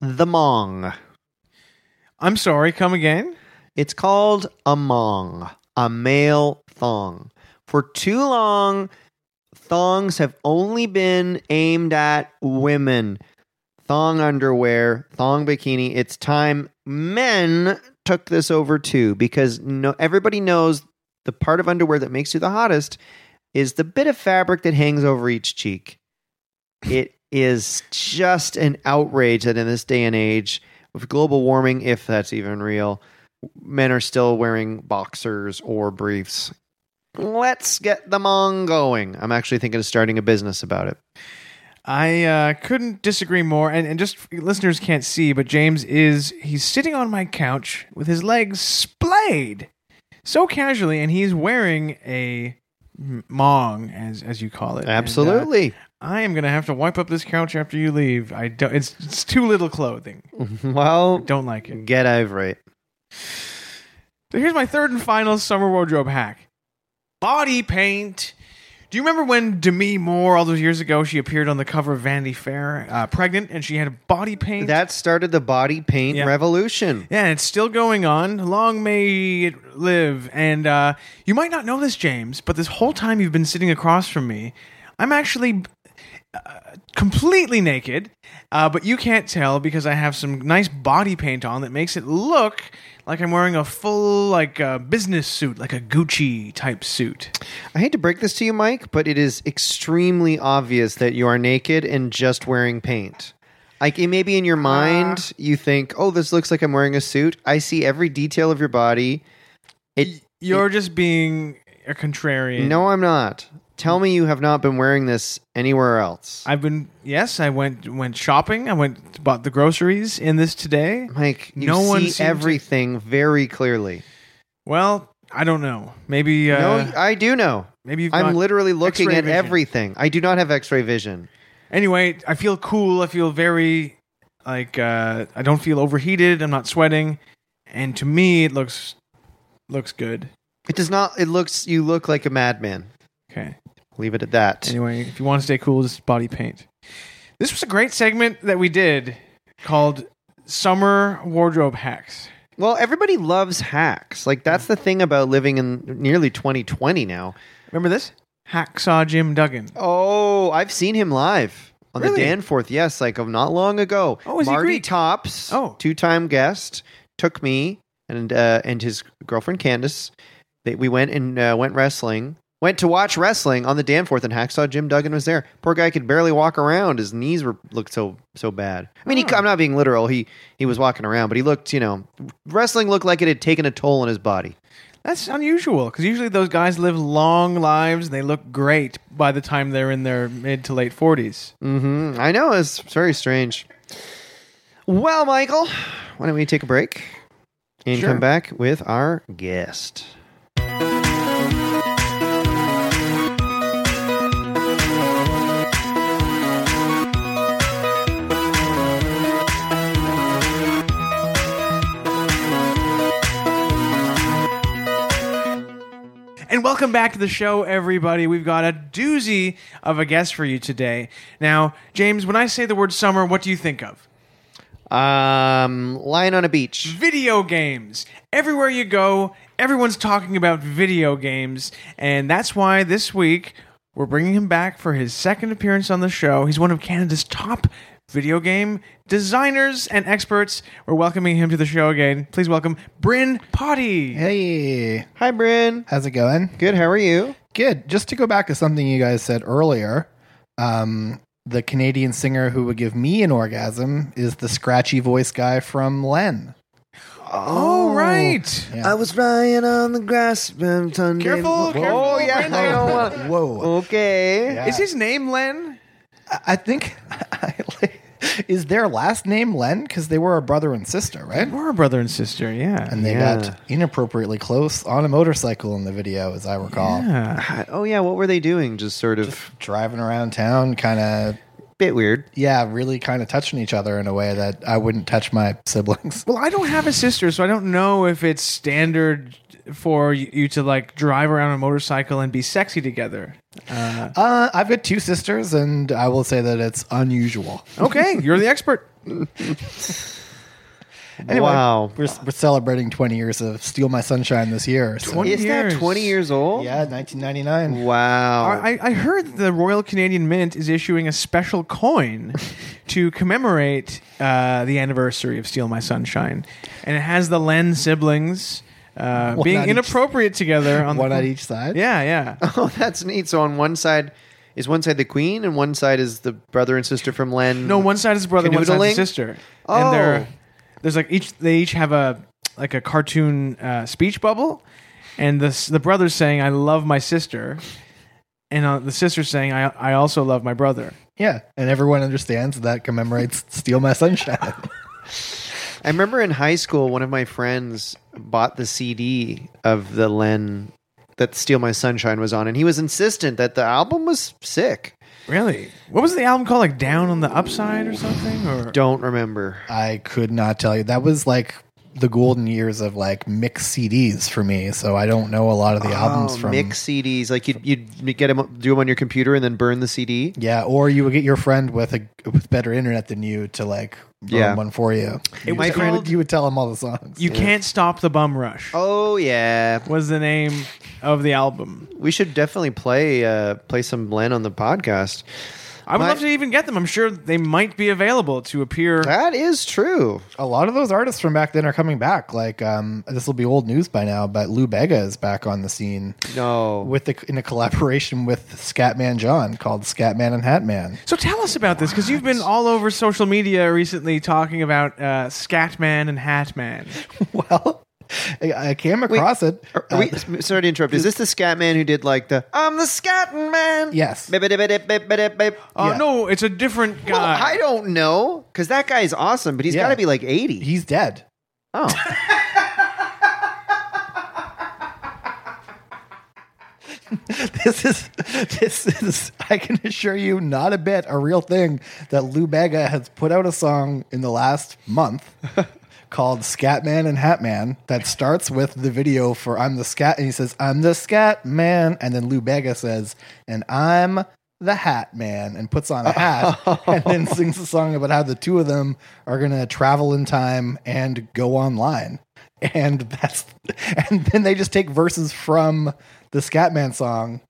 [SPEAKER 1] the mong.
[SPEAKER 2] I'm sorry. Come again.
[SPEAKER 1] It's called a mong, a male thong. For too long, thongs have only been aimed at women. Thong underwear, thong bikini. It's time men took this over too because no everybody knows the part of underwear that makes you the hottest is the bit of fabric that hangs over each cheek. It is just an outrage that in this day and age with global warming, if that's even real, men are still wearing boxers or briefs. Let's get them on going. I'm actually thinking of starting a business about it.
[SPEAKER 2] I uh, couldn't disagree more. And, and just listeners can't see, but James is he's sitting on my couch with his legs splayed so casually, and he's wearing a m- mong, as as you call it. And, uh,
[SPEAKER 1] Absolutely.
[SPEAKER 2] I am gonna have to wipe up this couch after you leave. I don't. It's, it's too little clothing.
[SPEAKER 1] well,
[SPEAKER 2] Don't like it.
[SPEAKER 1] get over it.
[SPEAKER 2] So here's my third and final summer wardrobe hack: body paint. Do you remember when Demi Moore, all those years ago, she appeared on the cover of Vanity Fair, uh, pregnant, and she had body paint?
[SPEAKER 1] That started the body paint
[SPEAKER 2] Yeah.
[SPEAKER 1] revolution.
[SPEAKER 2] yeah, and it's still going on. Long may it live. And uh, you might not know this, James, but this whole time you've been sitting across from me, I'm actually uh, completely naked, uh, but you can't tell because I have some nice body paint on that makes it look like I'm wearing a full like uh, business suit, like a Gucci type suit.
[SPEAKER 1] I hate to break this to you, Mike, but it is extremely obvious that you are naked and just wearing paint. Like it may be in your mind,
[SPEAKER 2] Ah.
[SPEAKER 1] you think, "Oh, this looks like I'm wearing a suit." I see every detail of your body. It
[SPEAKER 2] You're just being a contrarian.
[SPEAKER 1] No, I'm not. Tell me you have not been wearing this anywhere else.
[SPEAKER 2] I've been yes, I went went shopping. I went bought the groceries in this today.
[SPEAKER 1] Mike, you
[SPEAKER 2] No one seemed
[SPEAKER 1] see
[SPEAKER 2] to-
[SPEAKER 1] everything very clearly.
[SPEAKER 2] Well, I don't know. Maybe uh,
[SPEAKER 1] no, I do know.
[SPEAKER 2] maybe you've
[SPEAKER 1] I'm
[SPEAKER 2] got-
[SPEAKER 1] literally looking
[SPEAKER 2] X-ray
[SPEAKER 1] at
[SPEAKER 2] vision.
[SPEAKER 1] everything. I do not have x-ray vision.
[SPEAKER 2] Anyway, I feel cool. I feel very like uh, I don't feel overheated. I'm not sweating, and to me, it looks looks good.
[SPEAKER 1] It does not it looks you look like a madman.
[SPEAKER 2] Okay.
[SPEAKER 1] Leave it at that.
[SPEAKER 2] Anyway, if you want to stay cool, just body paint. This was a great segment that we did called Summer Wardrobe Hacks.
[SPEAKER 1] Well, everybody loves hacks. Like that's the thing about living in nearly 2020 now.
[SPEAKER 2] Remember this? Hacksaw Jim Duggan.
[SPEAKER 1] Oh, I've seen him live on
[SPEAKER 2] Really?
[SPEAKER 1] the Danforth. Yes, like of not long ago.
[SPEAKER 2] Oh, is he
[SPEAKER 1] Marty
[SPEAKER 2] Greek?
[SPEAKER 1] Tops,
[SPEAKER 2] Oh.
[SPEAKER 1] two-time guest, took me and uh, and his girlfriend Candace. They, we went and uh, went wrestling. Went to watch wrestling on the Danforth, and Hacksaw Jim Duggan was there. Poor guy could barely walk around; his knees were looked so so bad. I mean, he,
[SPEAKER 2] Oh.
[SPEAKER 1] I'm not being literal. He he was walking around, but he looked, you know, wrestling looked like it had taken a toll on his body.
[SPEAKER 2] That's unusual because usually those guys live long lives and they look great by the time they're in their mid to late 40s.
[SPEAKER 1] hmm I know it's very strange. Well, Michael, why don't we take a break and
[SPEAKER 2] Sure.
[SPEAKER 1] come back with our guest?
[SPEAKER 2] And welcome back to the show, everybody. We've got a doozy of a guest for you today. Now, James, when I say the word summer, what do you think of?
[SPEAKER 1] Um, lying on a beach.
[SPEAKER 2] Video games. Everywhere you go, everyone's talking about video games. And that's why this week we're bringing him back for his second appearance on the show. He's one of Canada's top video game designers and experts. We're welcoming him to the show again. Please welcome Bryn Potty.
[SPEAKER 3] Hey,
[SPEAKER 1] Hi, Bryn.
[SPEAKER 3] how's it going?
[SPEAKER 1] Good. How are you?
[SPEAKER 3] Good. Just to go back to something you guys said earlier, um, the Canadian singer who would give me an orgasm is the scratchy voice guy from Len.
[SPEAKER 2] Oh, right.
[SPEAKER 3] Yeah. I
[SPEAKER 1] was lying on the grass. Careful,
[SPEAKER 2] Careful, careful,
[SPEAKER 1] Oh yeah.
[SPEAKER 2] Bryn.
[SPEAKER 1] I
[SPEAKER 3] uh,
[SPEAKER 1] don't want-
[SPEAKER 3] Whoa.
[SPEAKER 1] okay.
[SPEAKER 3] Yeah.
[SPEAKER 2] Is his name Len?
[SPEAKER 3] I- I think is their last name Len because they were a brother and sister, right?
[SPEAKER 2] We're a brother and sister, yeah.
[SPEAKER 3] And they
[SPEAKER 1] Yeah.
[SPEAKER 3] got inappropriately close on a motorcycle in the video, as I recall,
[SPEAKER 2] yeah.
[SPEAKER 1] Oh yeah. What were they doing? Just sort of
[SPEAKER 3] driving around town, kind of.
[SPEAKER 1] bit weird.
[SPEAKER 3] Yeah, really kind of touching each other in a way that I wouldn't touch my siblings.
[SPEAKER 2] Well, I don't have a sister, so I don't know if it's standard for y- you to like drive around on a motorcycle and be sexy together. Uh,
[SPEAKER 3] Uh, I've got two sisters, and I will say that it's unusual.
[SPEAKER 2] okay, you're the expert.
[SPEAKER 3] Anyway,
[SPEAKER 1] wow.
[SPEAKER 3] We're, we're celebrating 20 years of Steal My Sunshine this year. so-
[SPEAKER 2] 20
[SPEAKER 1] Is
[SPEAKER 2] years.
[SPEAKER 1] that twenty years old?
[SPEAKER 3] Yeah, 1999.
[SPEAKER 1] Wow.
[SPEAKER 2] I, I heard the Royal Canadian Mint is issuing a special coin to commemorate uh, the anniversary of Steal My Sunshine, and it has the Len siblings uh,
[SPEAKER 3] One
[SPEAKER 2] being
[SPEAKER 3] on each-
[SPEAKER 2] inappropriate together on
[SPEAKER 3] One
[SPEAKER 2] the
[SPEAKER 3] on each side.
[SPEAKER 2] Yeah, yeah.
[SPEAKER 1] Oh, that's neat. So on one side is one side the queen, and one side is the brother and sister from Len.
[SPEAKER 2] No, one side is brother, one side
[SPEAKER 1] Canoodling?
[SPEAKER 2] is sister.
[SPEAKER 1] Oh.
[SPEAKER 2] And they're there's like each they each have a like a cartoon uh, speech bubble, and the s- the brother's saying I love my sister, and uh, the sister's saying I I also love my brother.
[SPEAKER 3] Yeah. And everyone understands that commemorates Steal My Sunshine.
[SPEAKER 1] I remember in high school, one of my friends bought the CD of the Len that "Steal My Sunshine" was on, and he was insistent that the album was sick.
[SPEAKER 2] Really? What was the album called? Like Down on the Upside or something? Or
[SPEAKER 1] Don't remember.
[SPEAKER 3] I could not tell you. That was like the golden years of like mixed CDs for me. So I don't know a lot of the albums
[SPEAKER 1] Oh,
[SPEAKER 3] from.
[SPEAKER 1] mix CDs. Like you'd, you'd get them, do them on your computer, and then burn the CD.
[SPEAKER 3] Yeah, or you would get your friend with a with better internet than you to like burn
[SPEAKER 1] Yeah.
[SPEAKER 3] one for you.
[SPEAKER 2] It
[SPEAKER 3] You
[SPEAKER 2] was
[SPEAKER 3] would- you,
[SPEAKER 2] called-
[SPEAKER 3] would, you would tell them all the songs.
[SPEAKER 2] You Can't Stop the Bum Rush
[SPEAKER 1] Oh yeah,
[SPEAKER 2] was the name of the album.
[SPEAKER 1] we should definitely play uh, play some Len on the podcast.
[SPEAKER 2] I would
[SPEAKER 1] My-
[SPEAKER 2] love to even get them. I'm sure they might be available to appear.
[SPEAKER 1] That is true.
[SPEAKER 3] a lot of those artists from back then are coming back. Like um, this will be old news by now, but Lou Bega is back on the scene
[SPEAKER 1] No,
[SPEAKER 3] with the, in a collaboration with Scatman John called Scatman and Hatman.
[SPEAKER 2] So tell us about this because you've been all over social media recently talking about uh, Scatman and Hatman.
[SPEAKER 3] well, I, I came across it.
[SPEAKER 1] Are,
[SPEAKER 3] Uh,
[SPEAKER 1] are we, sorry to interrupt. Is this the scat man who did like the I'm the scatting man?
[SPEAKER 3] Yes.
[SPEAKER 1] Bip, bip, bip, bip, bip, bip.
[SPEAKER 2] Oh
[SPEAKER 3] Yeah.
[SPEAKER 2] no, it's a different
[SPEAKER 1] Well,
[SPEAKER 2] guy.
[SPEAKER 1] I don't know because that guy's awesome, but he's
[SPEAKER 3] Yeah.
[SPEAKER 1] got to be like 80.
[SPEAKER 3] He's dead.
[SPEAKER 1] oh,
[SPEAKER 3] This is this is I can assure you not a bit a real thing that Lou Bega has put out a song in the last month called Scatman and Hatman that starts with the video for I'm the Scat and he says I'm the Scat Man and then Lou Bega says and I'm the Hat Man and puts on a hat and then sings a song about how the two of them are going to travel in time and go online. And that's and then they just take verses from the Scatman song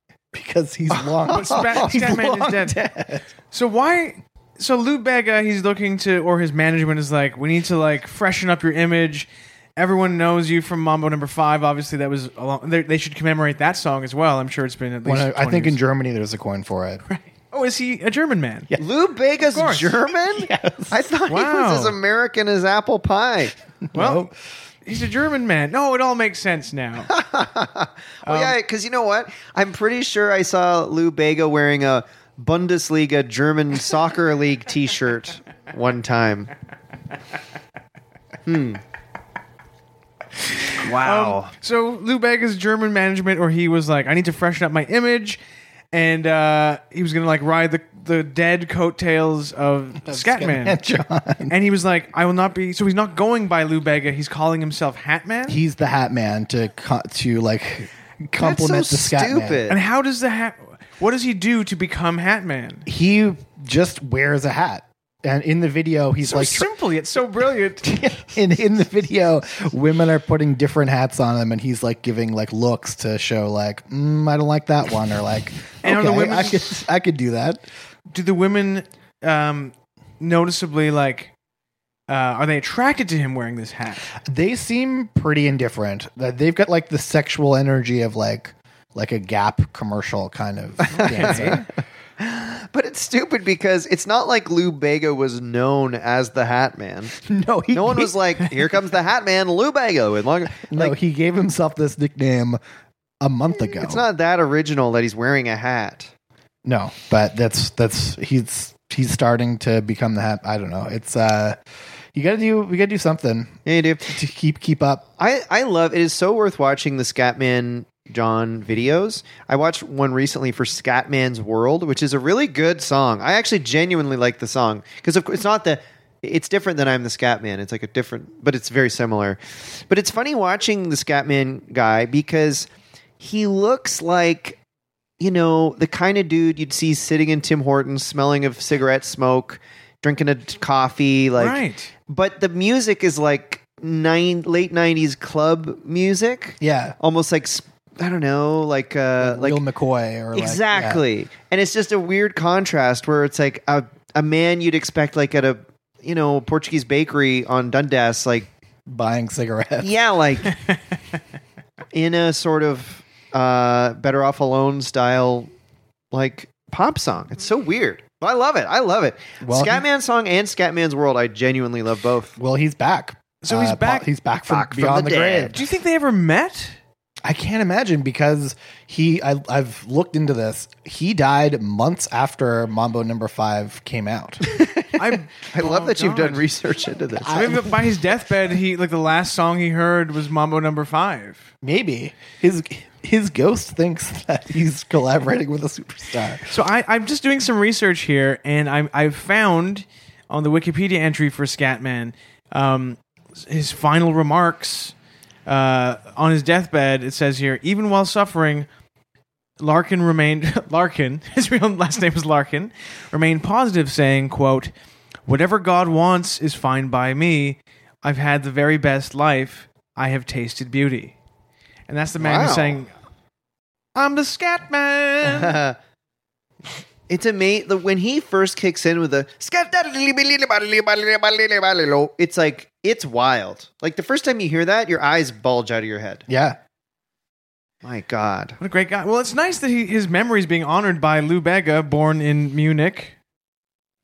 [SPEAKER 3] because he's long.
[SPEAKER 2] But Spat-
[SPEAKER 3] he's
[SPEAKER 2] Scatman is
[SPEAKER 3] long
[SPEAKER 2] dead. So why? So Lou Bega, he's looking to, or his management is like, we need to like freshen up your image. Everyone knows you from Mambo Number Five. Obviously, that was a long, they, they should commemorate that song as well. I'm sure it's been at least.
[SPEAKER 3] When I, I
[SPEAKER 2] 20
[SPEAKER 3] think in
[SPEAKER 2] years.
[SPEAKER 3] Germany there's a coin for it.
[SPEAKER 2] Oh, is he a German man?
[SPEAKER 3] Yeah.
[SPEAKER 1] Lou Bega's
[SPEAKER 2] course.
[SPEAKER 1] German? I thought he
[SPEAKER 2] Wow.
[SPEAKER 1] was as American as apple pie.
[SPEAKER 2] Well,
[SPEAKER 3] Nope.
[SPEAKER 2] he's a German man. No, it all makes sense now.
[SPEAKER 1] Oh yeah, because you know what? I'm pretty sure I saw Lou Bega wearing a Bundesliga German soccer league T-shirt one time. Hmm. Wow.
[SPEAKER 2] So Lou Bega's German management, or he was like, I need to freshen up my image, and uh, he was gonna like ride the the dead coattails of Scatman,
[SPEAKER 3] Scatman John.
[SPEAKER 2] and he was like, I will not be. So he's not going by Lou Bega. He's calling himself Hatman.
[SPEAKER 3] He's the Hat Man to co- to like compliment
[SPEAKER 1] so
[SPEAKER 3] the Scatman.
[SPEAKER 1] stupid.
[SPEAKER 2] and how does the hat? What does he do to become Hatman?
[SPEAKER 3] He just wears a hat. And in the video, he's
[SPEAKER 2] So
[SPEAKER 3] like tr-
[SPEAKER 2] simple yet so brilliant.
[SPEAKER 3] in in the video, women are putting different hats on him, and he's like giving like looks to show like mm, I don't like that one, or like
[SPEAKER 2] And are
[SPEAKER 3] okay,
[SPEAKER 2] the women-
[SPEAKER 3] I could I could do that.
[SPEAKER 2] do the women um, noticeably like? Uh, are they attracted to him wearing this hat?
[SPEAKER 3] They seem pretty indifferent. That they've got like the sexual energy of like like a Gap commercial kind of dancer.
[SPEAKER 1] But it's stupid because it's not like Lou Bega was known as the Hat Man.
[SPEAKER 3] no, he,
[SPEAKER 1] No one was like, "Here comes the Hat Man, Lou Bega." With long,
[SPEAKER 3] no, he gave himself this nickname a month ago.
[SPEAKER 1] it's not that original that he's wearing a hat.
[SPEAKER 3] No, but that's that's he's he's starting to become the hat. I don't know. It's uh, you gotta do we gotta do something
[SPEAKER 1] Yeah, you do.
[SPEAKER 3] to keep keep up.
[SPEAKER 1] I I love it. Is so worth watching the Scatman John videos. I watched one recently for Scatman's World, which is a really good song. I actually genuinely like the song because of course it's not the. It's different than I'm the Scatman. It's like a different, but it's very similar. But it's funny watching the Scatman guy because he looks like you know, the kind of dude you'd see sitting in Tim Hortons, smelling of cigarette smoke, drinking a t- coffee, like.
[SPEAKER 2] right.
[SPEAKER 1] But the music is like nine late '90s club music,
[SPEAKER 3] Yeah,
[SPEAKER 1] almost like sp- I don't know, like uh, like
[SPEAKER 3] Will McCoy or like- yeah.
[SPEAKER 1] exactly. And it's just a weird contrast where it's like a a man you'd expect like at a you know Portuguese bakery on Dundas, like
[SPEAKER 3] buying cigarettes.
[SPEAKER 1] yeah, like in a sort of uh, better off alone style, like pop song. It's so weird. But I love it. I love it.
[SPEAKER 3] Well, he-
[SPEAKER 1] Scatman song and Scatman's World. I genuinely love both.
[SPEAKER 3] Well, he's back.
[SPEAKER 2] So he's
[SPEAKER 3] Uh,
[SPEAKER 2] back-
[SPEAKER 3] Paul- he's back from
[SPEAKER 1] back from
[SPEAKER 3] beyond
[SPEAKER 1] the
[SPEAKER 3] the grave.
[SPEAKER 1] dead.
[SPEAKER 2] Do you think they ever met?
[SPEAKER 3] I can't imagine because he I, I've looked into this. He died months after Mambo Number Five came out.
[SPEAKER 2] I
[SPEAKER 1] I love
[SPEAKER 2] Oh,
[SPEAKER 1] that you've
[SPEAKER 2] God.
[SPEAKER 1] done research into this.
[SPEAKER 2] I mean, by his deathbed, he like the last song he heard was Mambo Number Five.
[SPEAKER 3] Maybe his his ghost thinks that he's collaborating with a superstar.
[SPEAKER 2] So I, I'm just doing some research here, and I I've found on the Wikipedia entry for Scatman um, his final remarks uh, on his deathbed. It says here, even while suffering. Larkin remained Larkin, his real last name was Larkin, remained positive, saying, quote, Whatever God wants is fine by me. I've had the very best life. I have tasted beauty. And that's the man
[SPEAKER 1] Wow.
[SPEAKER 2] who's saying, I'm the scat man.
[SPEAKER 1] it's amazing the when he first kicks in with a it's like it's wild. Like the first time you hear that, your eyes bulge out of your head.
[SPEAKER 3] Yeah,
[SPEAKER 1] My God.
[SPEAKER 2] what a great guy. Well, it's nice that he, his memory is being honored by Lou Bega, born in Munich.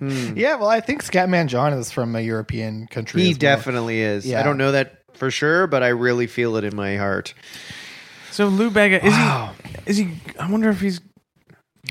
[SPEAKER 1] Hmm.
[SPEAKER 3] yeah. Well, I think Scatman John is from a European country.
[SPEAKER 1] He
[SPEAKER 3] as well.
[SPEAKER 1] definitely is. I
[SPEAKER 3] Yeah.
[SPEAKER 1] don't know that for sure, but I really feel it in my heart.
[SPEAKER 2] So Lou Bega is he? Is he? I wonder if he's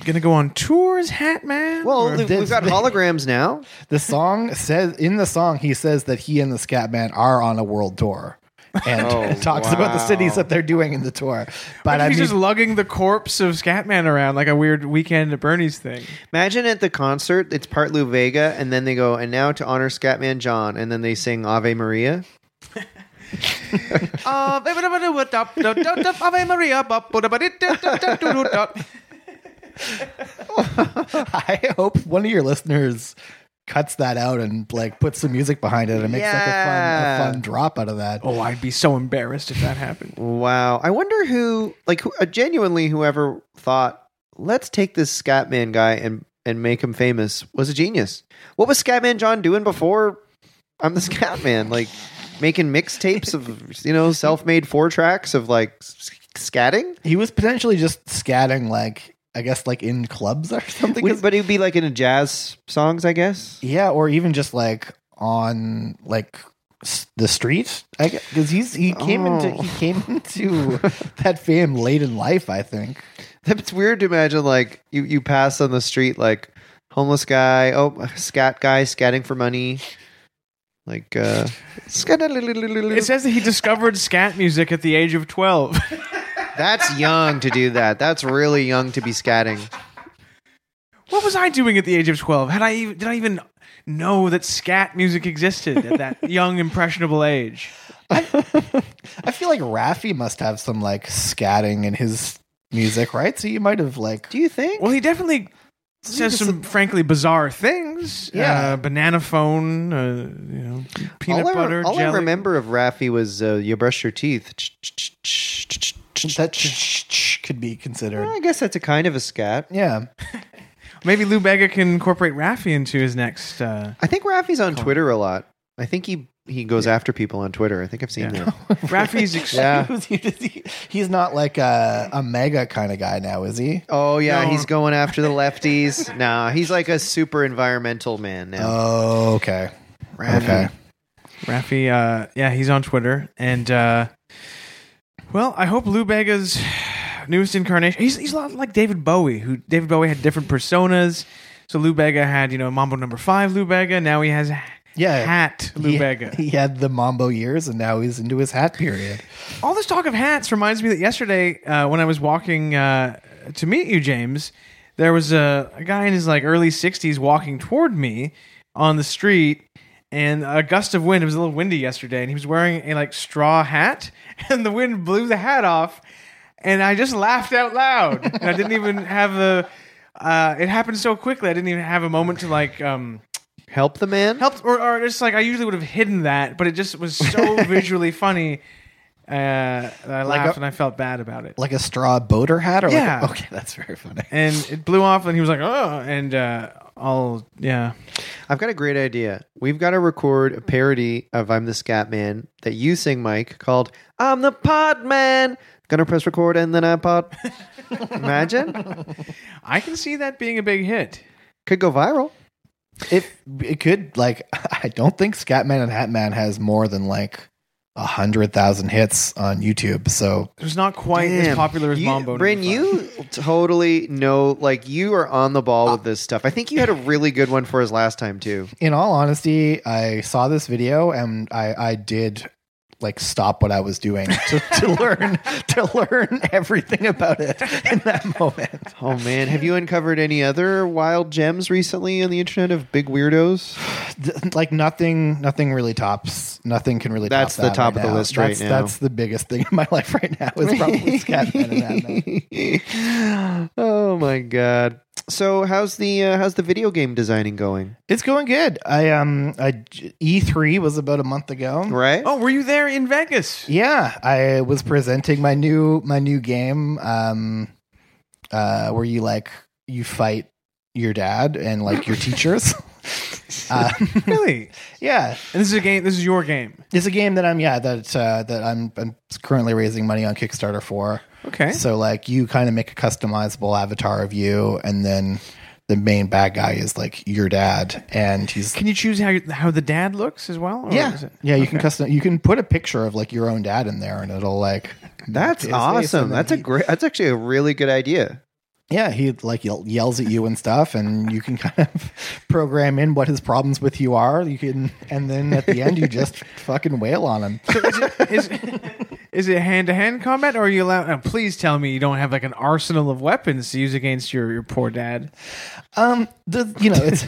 [SPEAKER 2] gonna go on tour as Hat Man.
[SPEAKER 1] Well,
[SPEAKER 2] Or-
[SPEAKER 1] Lou, we've
[SPEAKER 3] this-
[SPEAKER 1] got holograms now.
[SPEAKER 3] The song says in the song he says that he and the Scatman are on a world tour. And
[SPEAKER 1] Oh,
[SPEAKER 3] talks about the cities
[SPEAKER 1] wow.
[SPEAKER 3] that they're doing in the tour. But
[SPEAKER 2] What if
[SPEAKER 3] I
[SPEAKER 2] he's
[SPEAKER 3] mean,
[SPEAKER 2] just lugging the corpse of Scatman around like a weird weekend at Bernie's thing.
[SPEAKER 1] Imagine at the concert, it's part Lou Vega, and then they go, and now to honor Scatman John, and then they sing Ave Maria.
[SPEAKER 2] Uh, Ave Maria, ba- ba- da- ba- di- da- da- da- do- do- da.
[SPEAKER 3] I hope one of your listeners cuts that out and like puts some music behind it and makes like a
[SPEAKER 1] Yeah.
[SPEAKER 3] fun, a fun drop out of that.
[SPEAKER 2] Oh, I'd be so embarrassed if that happened.
[SPEAKER 1] Wow. I wonder who, like, who, uh, genuinely, whoever thought, let's take this Scatman guy and, and make him famous was a genius. What was Scatman John doing before I'm the Scatman? Like, making mixtapes of, you know, self made four tracks of, like, s- scatting?
[SPEAKER 3] He was potentially just scatting like I guess like in clubs or something.
[SPEAKER 1] Would- but he'd be, like, in a jazz songs, I guess.
[SPEAKER 3] Yeah, or even just like on like s- the street, because he's he came into
[SPEAKER 1] Oh.
[SPEAKER 3] he came into that fame late in life, I think.
[SPEAKER 1] It's weird to imagine like you, you pass on the street like homeless guy, oh scat guy scatting for money. Like uh scat-
[SPEAKER 2] It says that he discovered scat music at the age of 12.
[SPEAKER 1] That's young to do that. That's really young to be scatting.
[SPEAKER 2] What was I doing at the age of 12? Had I even, did I even know that scat music existed at that young impressionable age?
[SPEAKER 3] I feel like Raffi must have some like scatting in his music, right? So you might have like
[SPEAKER 1] Do you think?
[SPEAKER 2] Well, he definitely says
[SPEAKER 3] just
[SPEAKER 2] some frankly bizarre things.
[SPEAKER 3] Yeah.
[SPEAKER 2] Uh, banana phone, uh, you know, peanut
[SPEAKER 1] all
[SPEAKER 2] butter,
[SPEAKER 1] I, all I
[SPEAKER 2] jelly.
[SPEAKER 1] remember of Raffi was uh, you brush your teeth.
[SPEAKER 3] that could be considered.
[SPEAKER 1] I guess that's a kind of a scat.
[SPEAKER 3] Yeah,
[SPEAKER 2] Maybe Lou Bega can incorporate Raffi into his next. Uh,
[SPEAKER 1] I think Raffi's on Twitter a lot. I think he he goes after people on Twitter. I think I've seen
[SPEAKER 2] Yeah.
[SPEAKER 1] that.
[SPEAKER 2] Raffi's. Ex-
[SPEAKER 1] Yeah.
[SPEAKER 3] he's not like a, a mega kind of guy now, is he?
[SPEAKER 1] Oh yeah,
[SPEAKER 2] No.
[SPEAKER 1] he's going after the lefties. nah, he's like a super environmental man now.
[SPEAKER 2] Uh,
[SPEAKER 3] Oh, okay, okay.
[SPEAKER 2] Raffi, uh, yeah, he's on Twitter. And, uh, well, I hope Lou Bega's newest incarnation. He's, he's a lot like David Bowie, who David Bowie had different personas. So Lou Bega had, you know, Mambo number five Lou Bega. Now he has
[SPEAKER 3] Yeah.
[SPEAKER 2] hat Lou
[SPEAKER 3] He-
[SPEAKER 2] Bega.
[SPEAKER 3] He had the Mambo years, and now he's into his hat period.
[SPEAKER 2] All this talk of hats reminds me that yesterday, uh, when I was walking uh, to meet you, James, there was a, a guy in his like early sixties walking toward me on the street, and a gust of wind. It was a little windy yesterday, and he was wearing a like straw hat, and the wind blew the hat off, and I just laughed out loud. and I didn't even have a. Uh, it happened so quickly. I didn't even have a moment to like. Um,
[SPEAKER 1] Help the man.
[SPEAKER 2] helped or, or just like I usually would have hidden that, but it just was so visually funny. Uh, that I laughed
[SPEAKER 3] a-
[SPEAKER 2] and I felt bad about it.
[SPEAKER 3] Like a straw boater hat, or
[SPEAKER 2] Yeah.
[SPEAKER 3] Like a, okay, that's very funny.
[SPEAKER 2] And it blew off, and he was like, "Oh," and uh, all yeah.
[SPEAKER 1] I've got a great idea. We've got to record a parody of "I'm the Scat Man" that you sing, Mike, called "I'm the Pod Man." Gonna press record and then I pod. Imagine
[SPEAKER 2] I can see that being a big hit.
[SPEAKER 1] could go viral.
[SPEAKER 3] If it could, like, I don't think Scatman and Hatman has more than like a hundred thousand hits on YouTube. So
[SPEAKER 2] It was not quite as
[SPEAKER 1] Damn.
[SPEAKER 2] popular as
[SPEAKER 1] you,
[SPEAKER 2] Mambo. number
[SPEAKER 1] Bryn,
[SPEAKER 2] five.
[SPEAKER 1] you totally know, like you are on the ball with this stuff. I think you had a really good one for us last time too.
[SPEAKER 3] in all honesty, I saw this video and I, I did like stop what I was doing to, to learn to learn everything about it in that moment.
[SPEAKER 1] Oh man, have you uncovered any other wild gems recently on the internet of big weirdos?
[SPEAKER 3] Th- like nothing nothing really tops nothing can really
[SPEAKER 1] That's
[SPEAKER 3] top
[SPEAKER 1] the
[SPEAKER 3] that
[SPEAKER 1] top of
[SPEAKER 3] right
[SPEAKER 1] the
[SPEAKER 3] now.
[SPEAKER 1] list right
[SPEAKER 3] that's,
[SPEAKER 1] now.
[SPEAKER 3] that's the biggest thing in my life right now is probably Scatman and Batman.
[SPEAKER 1] oh my god! So how's the uh, how's the video game designing going?
[SPEAKER 3] it's going good i um i e3 was about a month ago
[SPEAKER 1] Right?
[SPEAKER 2] Oh, were you there in Vegas?
[SPEAKER 3] yeah i was presenting my new my new game um uh where you like you fight your dad and like your teachers uh,
[SPEAKER 2] Really?
[SPEAKER 3] yeah
[SPEAKER 2] And this is a game. This is your game.
[SPEAKER 3] it's a game that i'm yeah that uh that i'm i'm currently raising money on kickstarter for
[SPEAKER 2] Okay.
[SPEAKER 3] So like you kind of make a customizable avatar of you, and then the main bad guy is like your dad, and he's
[SPEAKER 2] Can you choose how you, how the dad looks as well? or
[SPEAKER 1] Yeah.
[SPEAKER 2] is it-
[SPEAKER 3] yeah. You can custom. You can put a picture of like your own dad in there, and it'll like
[SPEAKER 1] That's
[SPEAKER 3] his face,
[SPEAKER 1] awesome.
[SPEAKER 3] and then
[SPEAKER 1] That's a
[SPEAKER 3] he-
[SPEAKER 1] great. That's actually a really good idea.
[SPEAKER 3] yeah. He like yell, yells at you and stuff, and you can kind of program in what his problems with you are. You can, and then at the end, you just fucking wail on him.
[SPEAKER 2] So is it is, is it hand to hand combat, or are you allowed? oh, please tell me you don't have like an arsenal of weapons to use against your, your poor dad.
[SPEAKER 3] Um, the you know it's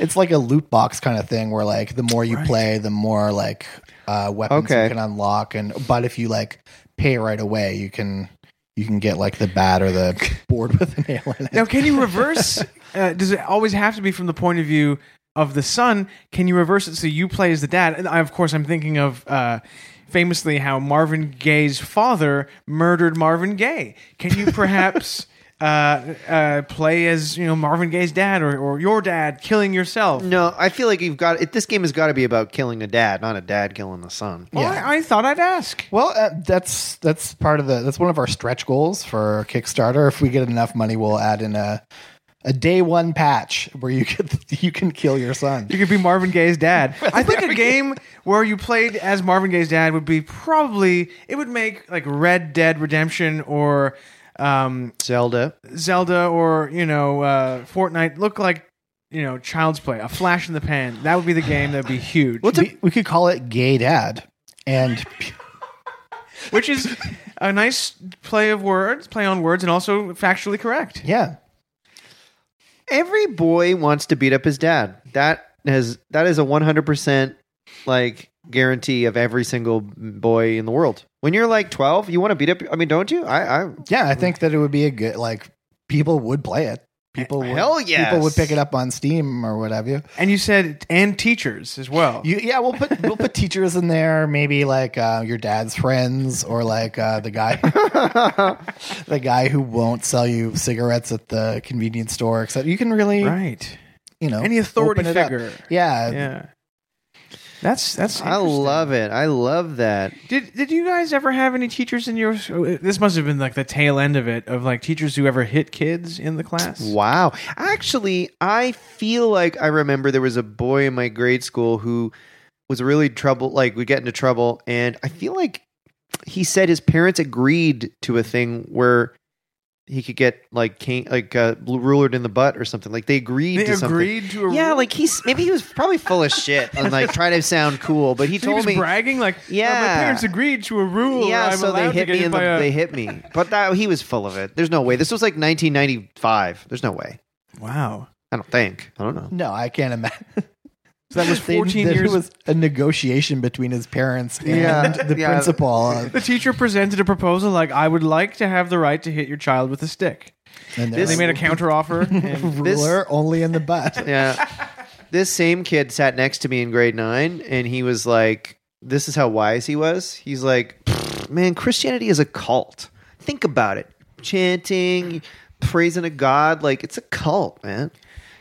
[SPEAKER 3] it's like a loot box kind of thing where like the more you play, the more like uh, weapons
[SPEAKER 1] Okay.
[SPEAKER 3] you can unlock, and but if you like pay right away, you can you can get like the bat or the board with an nail in it.
[SPEAKER 2] Now, can you reverse? uh, does it always have to be from the point of view of the son? Can you reverse it so you play as the dad? And I, of course, I'm thinking of uh, famously how Marvin Gaye's father murdered Marvin Gaye. Can you perhaps? Uh, uh, play as you know Marvin Gaye's dad or, or your dad killing yourself.
[SPEAKER 1] No, I feel like you've got it. This game has got to be about killing a dad, not a dad killing a son.
[SPEAKER 2] Well, Oh, I, I thought I'd ask.
[SPEAKER 3] Well, uh, that's that's part of the that's one of our stretch goals for Kickstarter. If we get enough money, we'll add in a a day one patch where you can you can kill your son.
[SPEAKER 2] You could be Marvin Gaye's dad. I think a game where you played as Marvin Gaye's dad would be probably it would make like Red Dead Redemption or um,
[SPEAKER 1] Zelda.
[SPEAKER 2] Zelda or you know uh, Fortnite look like you know Child's Play, a flash in the pan. That would be the game that would be huge.
[SPEAKER 3] we, we could call it gay dad, and
[SPEAKER 2] Which is a nice play of words, play on words, and also factually correct.
[SPEAKER 3] yeah,
[SPEAKER 1] Every boy wants to beat up his dad. That has that is a one hundred percent like guarantee of every single boy in the world. When you're like twelve, you want to beat up. I mean, don't you? I, I
[SPEAKER 3] Yeah, I think that it would be a good like people would play it. People would,
[SPEAKER 1] Hell yes.
[SPEAKER 3] people would pick it up on Steam or what have you.
[SPEAKER 2] And you said and teachers as well.
[SPEAKER 3] You yeah, we'll put we'll put teachers in there, maybe like uh, your dad's friends or like uh, the guy the guy who won't sell you cigarettes at the convenience store. Except you can really
[SPEAKER 2] right.
[SPEAKER 3] you know
[SPEAKER 2] Any authority
[SPEAKER 3] open it up.
[SPEAKER 2] figure.
[SPEAKER 3] Yeah,
[SPEAKER 2] Yeah. That's that's
[SPEAKER 1] I
[SPEAKER 2] interesting.
[SPEAKER 1] love it. I love that.
[SPEAKER 2] Did Did you guys ever have any teachers in your? uh, This must have been like the tail end of it of like teachers who ever hit kids in the class.
[SPEAKER 1] Wow. Actually, I feel like I remember there was a boy in my grade school who was really trouble like would get into trouble and I feel like he said his parents agreed to a thing where he could get like cane, like uh, rulered in the butt or something. Like they agreed
[SPEAKER 2] They
[SPEAKER 1] to something.
[SPEAKER 2] agreed to a
[SPEAKER 1] Yeah, like he's maybe he was probably full of shit and like trying to sound cool, but he
[SPEAKER 2] So he
[SPEAKER 1] told
[SPEAKER 2] was
[SPEAKER 1] me
[SPEAKER 2] bragging like
[SPEAKER 1] Yeah.
[SPEAKER 2] "Oh, my parents agreed to a rule
[SPEAKER 1] yeah,
[SPEAKER 2] I'm
[SPEAKER 1] so they
[SPEAKER 2] allowed
[SPEAKER 1] hit
[SPEAKER 2] to get
[SPEAKER 1] me in
[SPEAKER 2] by
[SPEAKER 1] the,
[SPEAKER 2] a-
[SPEAKER 1] they hit me. But that he was full of it. There's no way. This was like 1995. There's no way.
[SPEAKER 2] wow
[SPEAKER 1] I don't think. I don't know.
[SPEAKER 3] no, I can't imagine.
[SPEAKER 2] so that was 14
[SPEAKER 3] there
[SPEAKER 2] years
[SPEAKER 3] was a negotiation between his parents and
[SPEAKER 1] Yeah,
[SPEAKER 3] the
[SPEAKER 1] yeah.
[SPEAKER 3] principal. uh,
[SPEAKER 2] the teacher presented a proposal like I would like to have the right to hit your child with a stick
[SPEAKER 3] And
[SPEAKER 1] This-
[SPEAKER 2] they made a counteroffer and
[SPEAKER 1] this-
[SPEAKER 3] ruler only in the butt.
[SPEAKER 1] Yeah. this same kid sat next to me in grade nine, and he was like, This is how wise he was. He's like, "Pfft, Man, Christianity is a cult. Think about it. Chanting, praising a god, like it's a cult, man.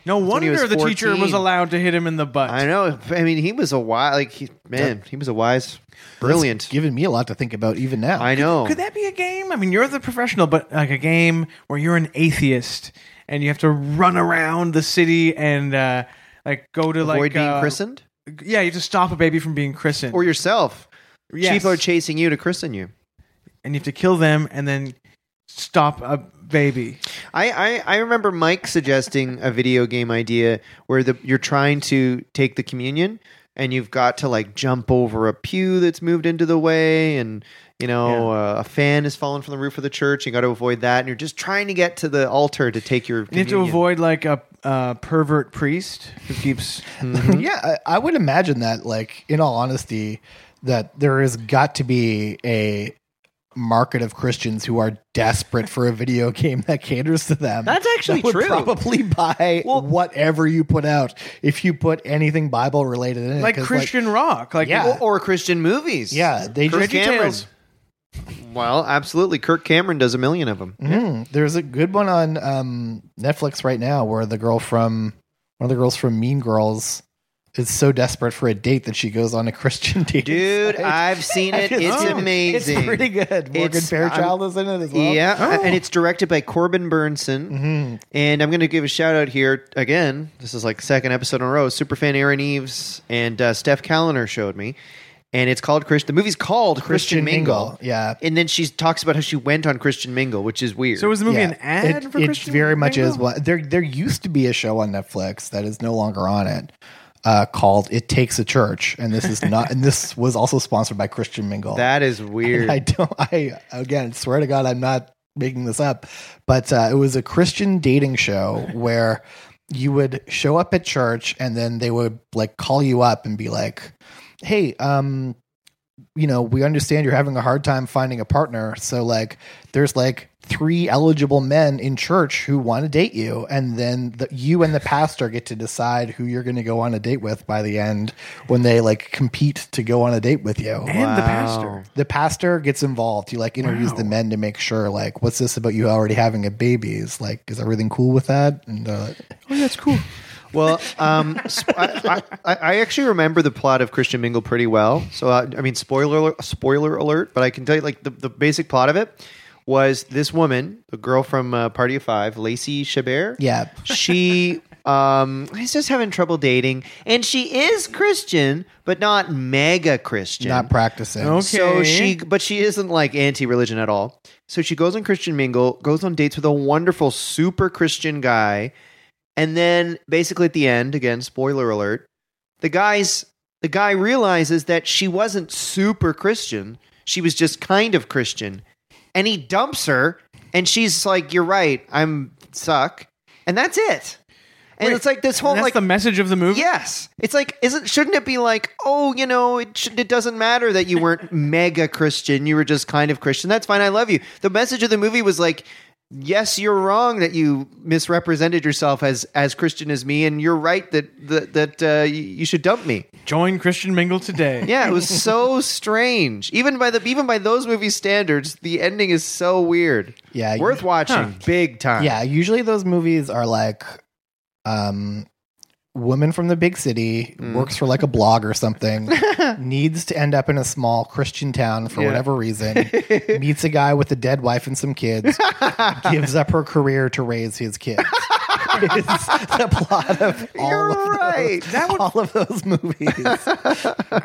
[SPEAKER 2] no
[SPEAKER 1] when he was
[SPEAKER 2] wonder the teacher
[SPEAKER 1] 14.
[SPEAKER 2] was allowed to hit him in the butt
[SPEAKER 1] I know. I mean, he was a wise, like, he, man, he was a wise, brilliant.
[SPEAKER 3] Giving me a lot to think about even now.
[SPEAKER 1] I know.
[SPEAKER 2] Could that be a game? I mean, you're the professional, but like a game where you're an atheist and you have to run around the city and uh, like go to
[SPEAKER 1] Avoid
[SPEAKER 2] like
[SPEAKER 1] being
[SPEAKER 2] uh,
[SPEAKER 1] christened
[SPEAKER 2] Yeah, you have to stop a baby from being christened,
[SPEAKER 1] or yourself.
[SPEAKER 2] Yes.
[SPEAKER 1] People are chasing you to christen you.
[SPEAKER 2] and you have to kill them and then stop a baby.
[SPEAKER 1] I, I, I remember Mike suggesting a video game idea where the you're trying to take the communion and you've got to like jump over a pew that's moved into the way and you know uh, a fan is falling from the roof of the church you got to avoid that and you're just trying to get to the altar to take your
[SPEAKER 2] You have
[SPEAKER 1] communion.
[SPEAKER 2] to avoid like a uh, pervert priest who keeps.
[SPEAKER 1] Mm-hmm.
[SPEAKER 3] yeah, I, I would imagine that, like, in all honesty, that there has got to be a market of Christians who are desperate for a video game that caters to them.
[SPEAKER 1] That's actually
[SPEAKER 3] that would
[SPEAKER 1] true.
[SPEAKER 3] Probably buy
[SPEAKER 1] Well-
[SPEAKER 3] whatever you put out if you put anything Bible related in it.
[SPEAKER 2] like
[SPEAKER 3] 'cause,
[SPEAKER 2] Christian rock, like
[SPEAKER 3] Yeah.
[SPEAKER 1] or, or Christian movies
[SPEAKER 3] yeah, they
[SPEAKER 1] Kirk
[SPEAKER 3] just
[SPEAKER 2] Veggie
[SPEAKER 1] Cameron
[SPEAKER 2] Tales.
[SPEAKER 1] well absolutely Kirk Cameron does a million of them
[SPEAKER 3] Mm, there's a good one on um, Netflix right now where the girl from one of the girls from Mean Girls is so desperate for a date that she goes on a Christian date.
[SPEAKER 1] Dude, I've seen it. It's amazing.
[SPEAKER 3] It's um, pretty good. Morgan
[SPEAKER 1] It's-
[SPEAKER 3] Fairchild
[SPEAKER 1] I'm-
[SPEAKER 3] is in it as well.
[SPEAKER 1] Yeah, and it's directed by Corbin Burnson. And I'm going to give a shout out here again. This is like second episode in a row. Superfan Aaron Eves and uh, Steph Callender showed me, and it's called Christian. The movie's called Christian,
[SPEAKER 3] Christian
[SPEAKER 1] Mingle.
[SPEAKER 3] Mingle, yeah.
[SPEAKER 1] and then she talks about how she went on Christian Mingle, which is weird.
[SPEAKER 2] So was the movie an ad
[SPEAKER 3] it,
[SPEAKER 2] for
[SPEAKER 3] it
[SPEAKER 2] Christian?
[SPEAKER 3] very much
[SPEAKER 2] Mingle?
[SPEAKER 3] is what there there used to be a show on Netflix that is no longer on it uh, called It Takes a Church and this is not and this was also sponsored by Christian Mingle.
[SPEAKER 1] that is
[SPEAKER 3] And
[SPEAKER 1] weird.
[SPEAKER 3] I don't I again swear to god I'm not making this up but uh, it was a Christian dating show where you would show up at church and then they would like call you up and be like hey um you know, we understand you're having a hard time finding a partner. So like there's like three eligible men in church who want to date you and then the, you and the pastor get to decide who you're going to go on a date with by the end when they like compete to go on a date with you
[SPEAKER 2] And the pastor.
[SPEAKER 1] Wow.
[SPEAKER 3] the pastor gets involved. He like interviews the men to make sure like, what's this about you already having a baby? Is like, is everything cool with that? And they're like,
[SPEAKER 2] Oh, yeah, it's cool.
[SPEAKER 1] Well, um, sp- I, I, I actually remember the plot of Christian Mingle pretty well. So, uh, I mean, spoiler spoiler alert, but I can tell you like the, the basic plot of it was this woman, the girl from uh, Party of Five, Lacey Chabert.
[SPEAKER 3] Yeah.
[SPEAKER 1] she um, is just having trouble dating, and she is Christian, but not mega Christian.
[SPEAKER 3] not practicing.
[SPEAKER 2] Okay.
[SPEAKER 1] So she, but she isn't like anti-religion at all. So she goes on Christian mingle, goes on dates with a wonderful, super Christian guy, and then basically at the end, again, spoiler alert, the guys, the guy realizes that she wasn't super Christian. She was just kind of Christian, and he dumps her, and she's like, "You're right, I'm suck," and that's it. And
[SPEAKER 2] Wait,
[SPEAKER 1] it's like this whole
[SPEAKER 2] And that's
[SPEAKER 1] like
[SPEAKER 2] the message of the movie.
[SPEAKER 1] Yes, it's like isn't shouldn't it be like oh you know it should, it doesn't matter that you weren't mega Christian you were just kind of Christian that's fine I love you the message of the movie was like yes you're wrong that you misrepresented yourself as as Christian as me and you're right that that, that uh, you- you should dump me
[SPEAKER 2] Join Christian Mingle today.
[SPEAKER 1] yeah it was so strange even by the even by those movie standards the ending is so weird
[SPEAKER 3] Yeah, you-
[SPEAKER 1] worth watching
[SPEAKER 2] Huh.
[SPEAKER 1] big time
[SPEAKER 3] Yeah. Usually those movies are like, um, woman from the big city
[SPEAKER 1] Mm.
[SPEAKER 3] works for like a blog or something, needs to end up in a small Christian town for
[SPEAKER 1] Yeah.
[SPEAKER 3] whatever reason, meets a guy with a dead wife and some kids, gives up her career to raise his kids. it's the plot of all
[SPEAKER 1] you're
[SPEAKER 3] of those-
[SPEAKER 1] right
[SPEAKER 2] That would,
[SPEAKER 3] all of those movies.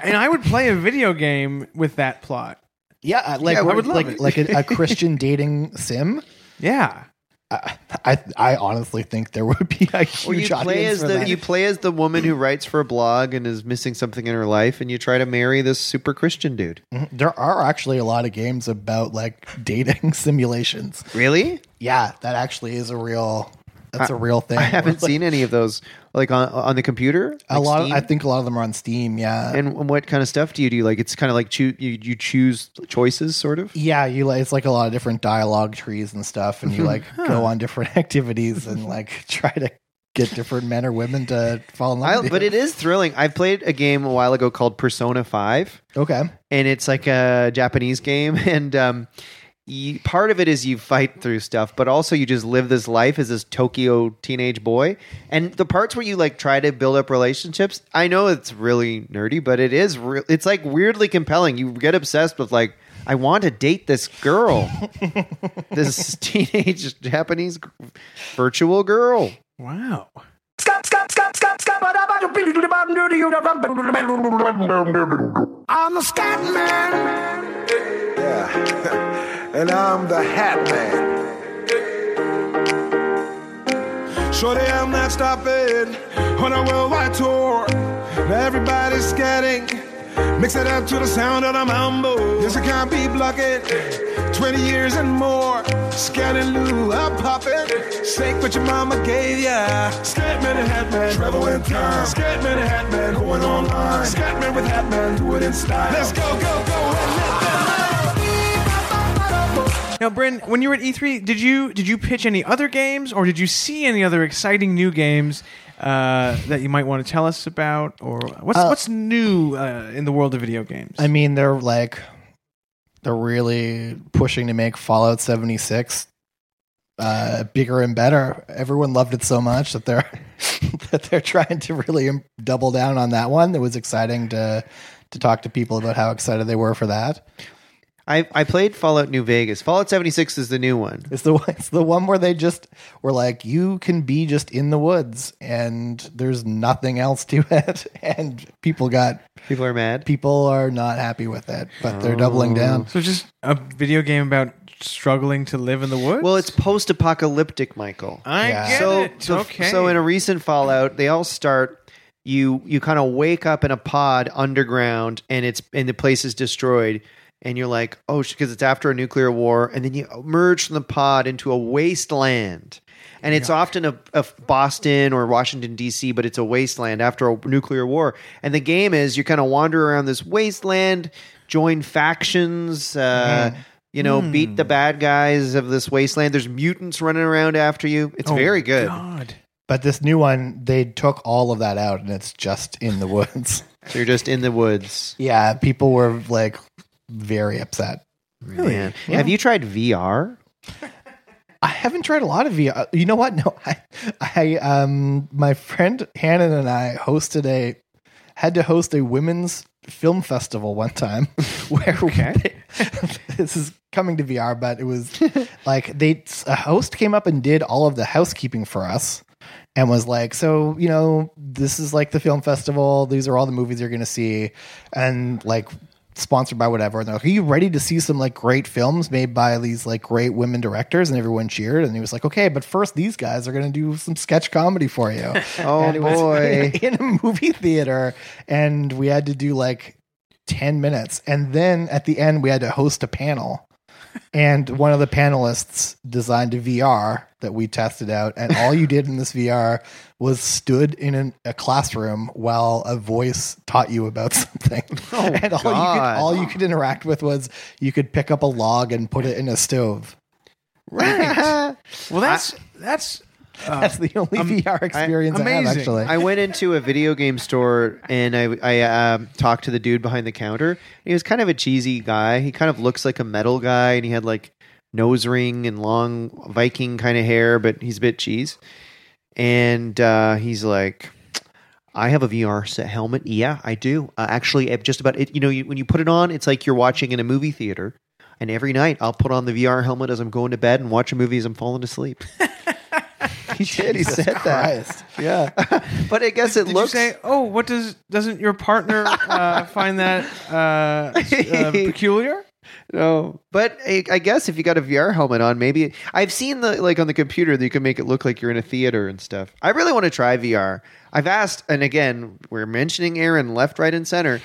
[SPEAKER 2] and I would play a video game with that plot.
[SPEAKER 3] Yeah, uh, like
[SPEAKER 1] Yeah, I
[SPEAKER 3] what-
[SPEAKER 1] would love
[SPEAKER 3] like
[SPEAKER 1] it.
[SPEAKER 3] like a, a Christian dating sim.
[SPEAKER 2] Yeah.
[SPEAKER 3] I I honestly think there would be a
[SPEAKER 1] Or you
[SPEAKER 3] huge
[SPEAKER 1] play
[SPEAKER 3] audience
[SPEAKER 1] as
[SPEAKER 3] for
[SPEAKER 1] the
[SPEAKER 3] that.
[SPEAKER 1] you play as the woman who writes for a blog and is missing something in her life, and you try to marry this super Christian dude.
[SPEAKER 3] there are actually a lot of games about like dating simulations.
[SPEAKER 1] Really?
[SPEAKER 3] Yeah, that actually is a real that's a real thing.
[SPEAKER 1] I haven't seen any of those, like on on the computer.
[SPEAKER 3] a
[SPEAKER 1] Like
[SPEAKER 3] lot. Of,
[SPEAKER 1] Steam?
[SPEAKER 3] I think a lot of them are on Steam. Yeah,
[SPEAKER 1] and what kind of stuff do you do? Like it's kind of like choo- you you choose choices, sort of.
[SPEAKER 3] yeah. You like it's like a lot of different dialogue trees and stuff, and you
[SPEAKER 1] Hmm.
[SPEAKER 3] like go on different activities and like try to get different men or women to fall in love.
[SPEAKER 1] I,
[SPEAKER 3] with
[SPEAKER 1] but
[SPEAKER 3] you.
[SPEAKER 1] it is thrilling. I played a game a while ago called Persona Five.
[SPEAKER 3] okay.
[SPEAKER 1] and it's like a Japanese game, and um, you, part of it is you fight through stuff, but also you just live this life as this Tokyo teenage boy. And the parts where you like try to build up relationships, I know it's really nerdy, but it is. Re- it's like weirdly compelling. You get obsessed with like. I want to date this girl, this teenage Japanese g- virtual girl.
[SPEAKER 2] Wow.
[SPEAKER 4] I'm the scat man.
[SPEAKER 5] Yeah. and I'm the hat man. Shorty, I'm not stopping on a worldwide tour. Now everybody's scatting. Mix it up to the sound of the mambo. Yes, I can't be blocking. 20 years and more. Scatterloo, I'm popping. Shake what your mama gave ya. Scatman and Hatman, travel in time. Scatman and Hatman, going online. Scatman with Hatman, do it in style. Let's go, go, go, and let them know.
[SPEAKER 2] Now, Bryn, when you were at E3, did you did you pitch any other games, or did you see any other exciting new games uh, that you might want to tell us about, or what's what's new uh, in the world of video games?
[SPEAKER 3] I mean, they're like they're really pushing to make Fallout 76 uh, bigger and better. Everyone loved it so much that they're that they're trying to really im- double down on that one. It was exciting to to talk to people about how excited they were for that.
[SPEAKER 1] I, I played Fallout New Vegas. Fallout 76 is the new one.
[SPEAKER 3] It's the one- it's the one where they just were like, you can be just in the woods and there's nothing else to it, and people got
[SPEAKER 1] People are mad.
[SPEAKER 3] people are not happy with it, but they're doubling down.
[SPEAKER 2] So just a video game about struggling to live in the woods.
[SPEAKER 1] Well, it's post apocalyptic, Michael.
[SPEAKER 2] I
[SPEAKER 3] Yeah.
[SPEAKER 2] get
[SPEAKER 1] so,
[SPEAKER 2] it.
[SPEAKER 1] so,
[SPEAKER 2] okay.
[SPEAKER 1] so in a recent Fallout, they all start. You you kind of wake up in a pod underground, and it's and the place is destroyed, and you're like, oh, because it's after a nuclear war, and then you emerge from the pod into a wasteland, and it's often a, a Boston or Washington D.C., but it's a wasteland after a nuclear war, and the game is you kind of wander around this wasteland, join factions. Uh, You know, beat the bad guys of this wasteland. There's mutants running around after you. It's very good.
[SPEAKER 2] God.
[SPEAKER 3] But this new one, they took all of that out, and it's just in the woods.
[SPEAKER 1] So you're just in the woods.
[SPEAKER 3] yeah, people were like very upset.
[SPEAKER 1] Really? Have you tried VR?
[SPEAKER 3] I haven't tried a lot of VR. You know what? No, I, I, um, my friend Hannon and I hosted a, had to host a women's film festival one time where we, this is coming to VR, but it was like they, a host came up and did all of the housekeeping for us and was like, so, you know, this is like the film festival. These are all the movies you're going to see. And like, sponsored by whatever. And they're like, are you ready to see some like great films made by these like great women directors? And everyone cheered. And he was like, okay, but first these guys are going to do some sketch comedy for you.
[SPEAKER 1] Oh
[SPEAKER 3] And it was
[SPEAKER 1] boy.
[SPEAKER 3] in a movie theater. And we had to do like 10 minutes. And then at the end, we had to host a panel. And one of the panelists designed a VR that we tested out. And all you did in this VR was stood in an, a classroom while a voice taught you about something. and all you, could,
[SPEAKER 1] God.
[SPEAKER 3] all you could interact with was you could pick up a log and put it in a stove.
[SPEAKER 2] Right. well, that's that's uh,
[SPEAKER 3] That's the only VR experience I, have,
[SPEAKER 2] amazing.
[SPEAKER 3] actually.
[SPEAKER 1] I went into a video game store and I, I um, talked to the dude behind the counter. He was kind of a cheesy guy. He kind of looks like a metal guy and he had like nose ring and long Viking kind of hair, but he's a bit cheese. And uh, he's like, I have a VR set helmet. Yeah, I do. Uh, actually, I've just about it. You know, you, when you put it on, it's like you're watching in a movie theater. And every night, I'll put on the VR helmet as I'm going to bed and watch a movie as I'm falling asleep.
[SPEAKER 3] he did. He said that. Yeah.
[SPEAKER 1] But I guess it
[SPEAKER 2] Did
[SPEAKER 1] looks.
[SPEAKER 2] you say, oh, what does doesn't your partner uh, find that uh, s- uh, peculiar?
[SPEAKER 1] No, but I, I guess if you got a VR helmet on, maybe I've seen the like on the computer that you can make it look like you're in a theater and stuff. I really want to try VR. I've asked, and again, we're mentioning Aaron left, right, and center.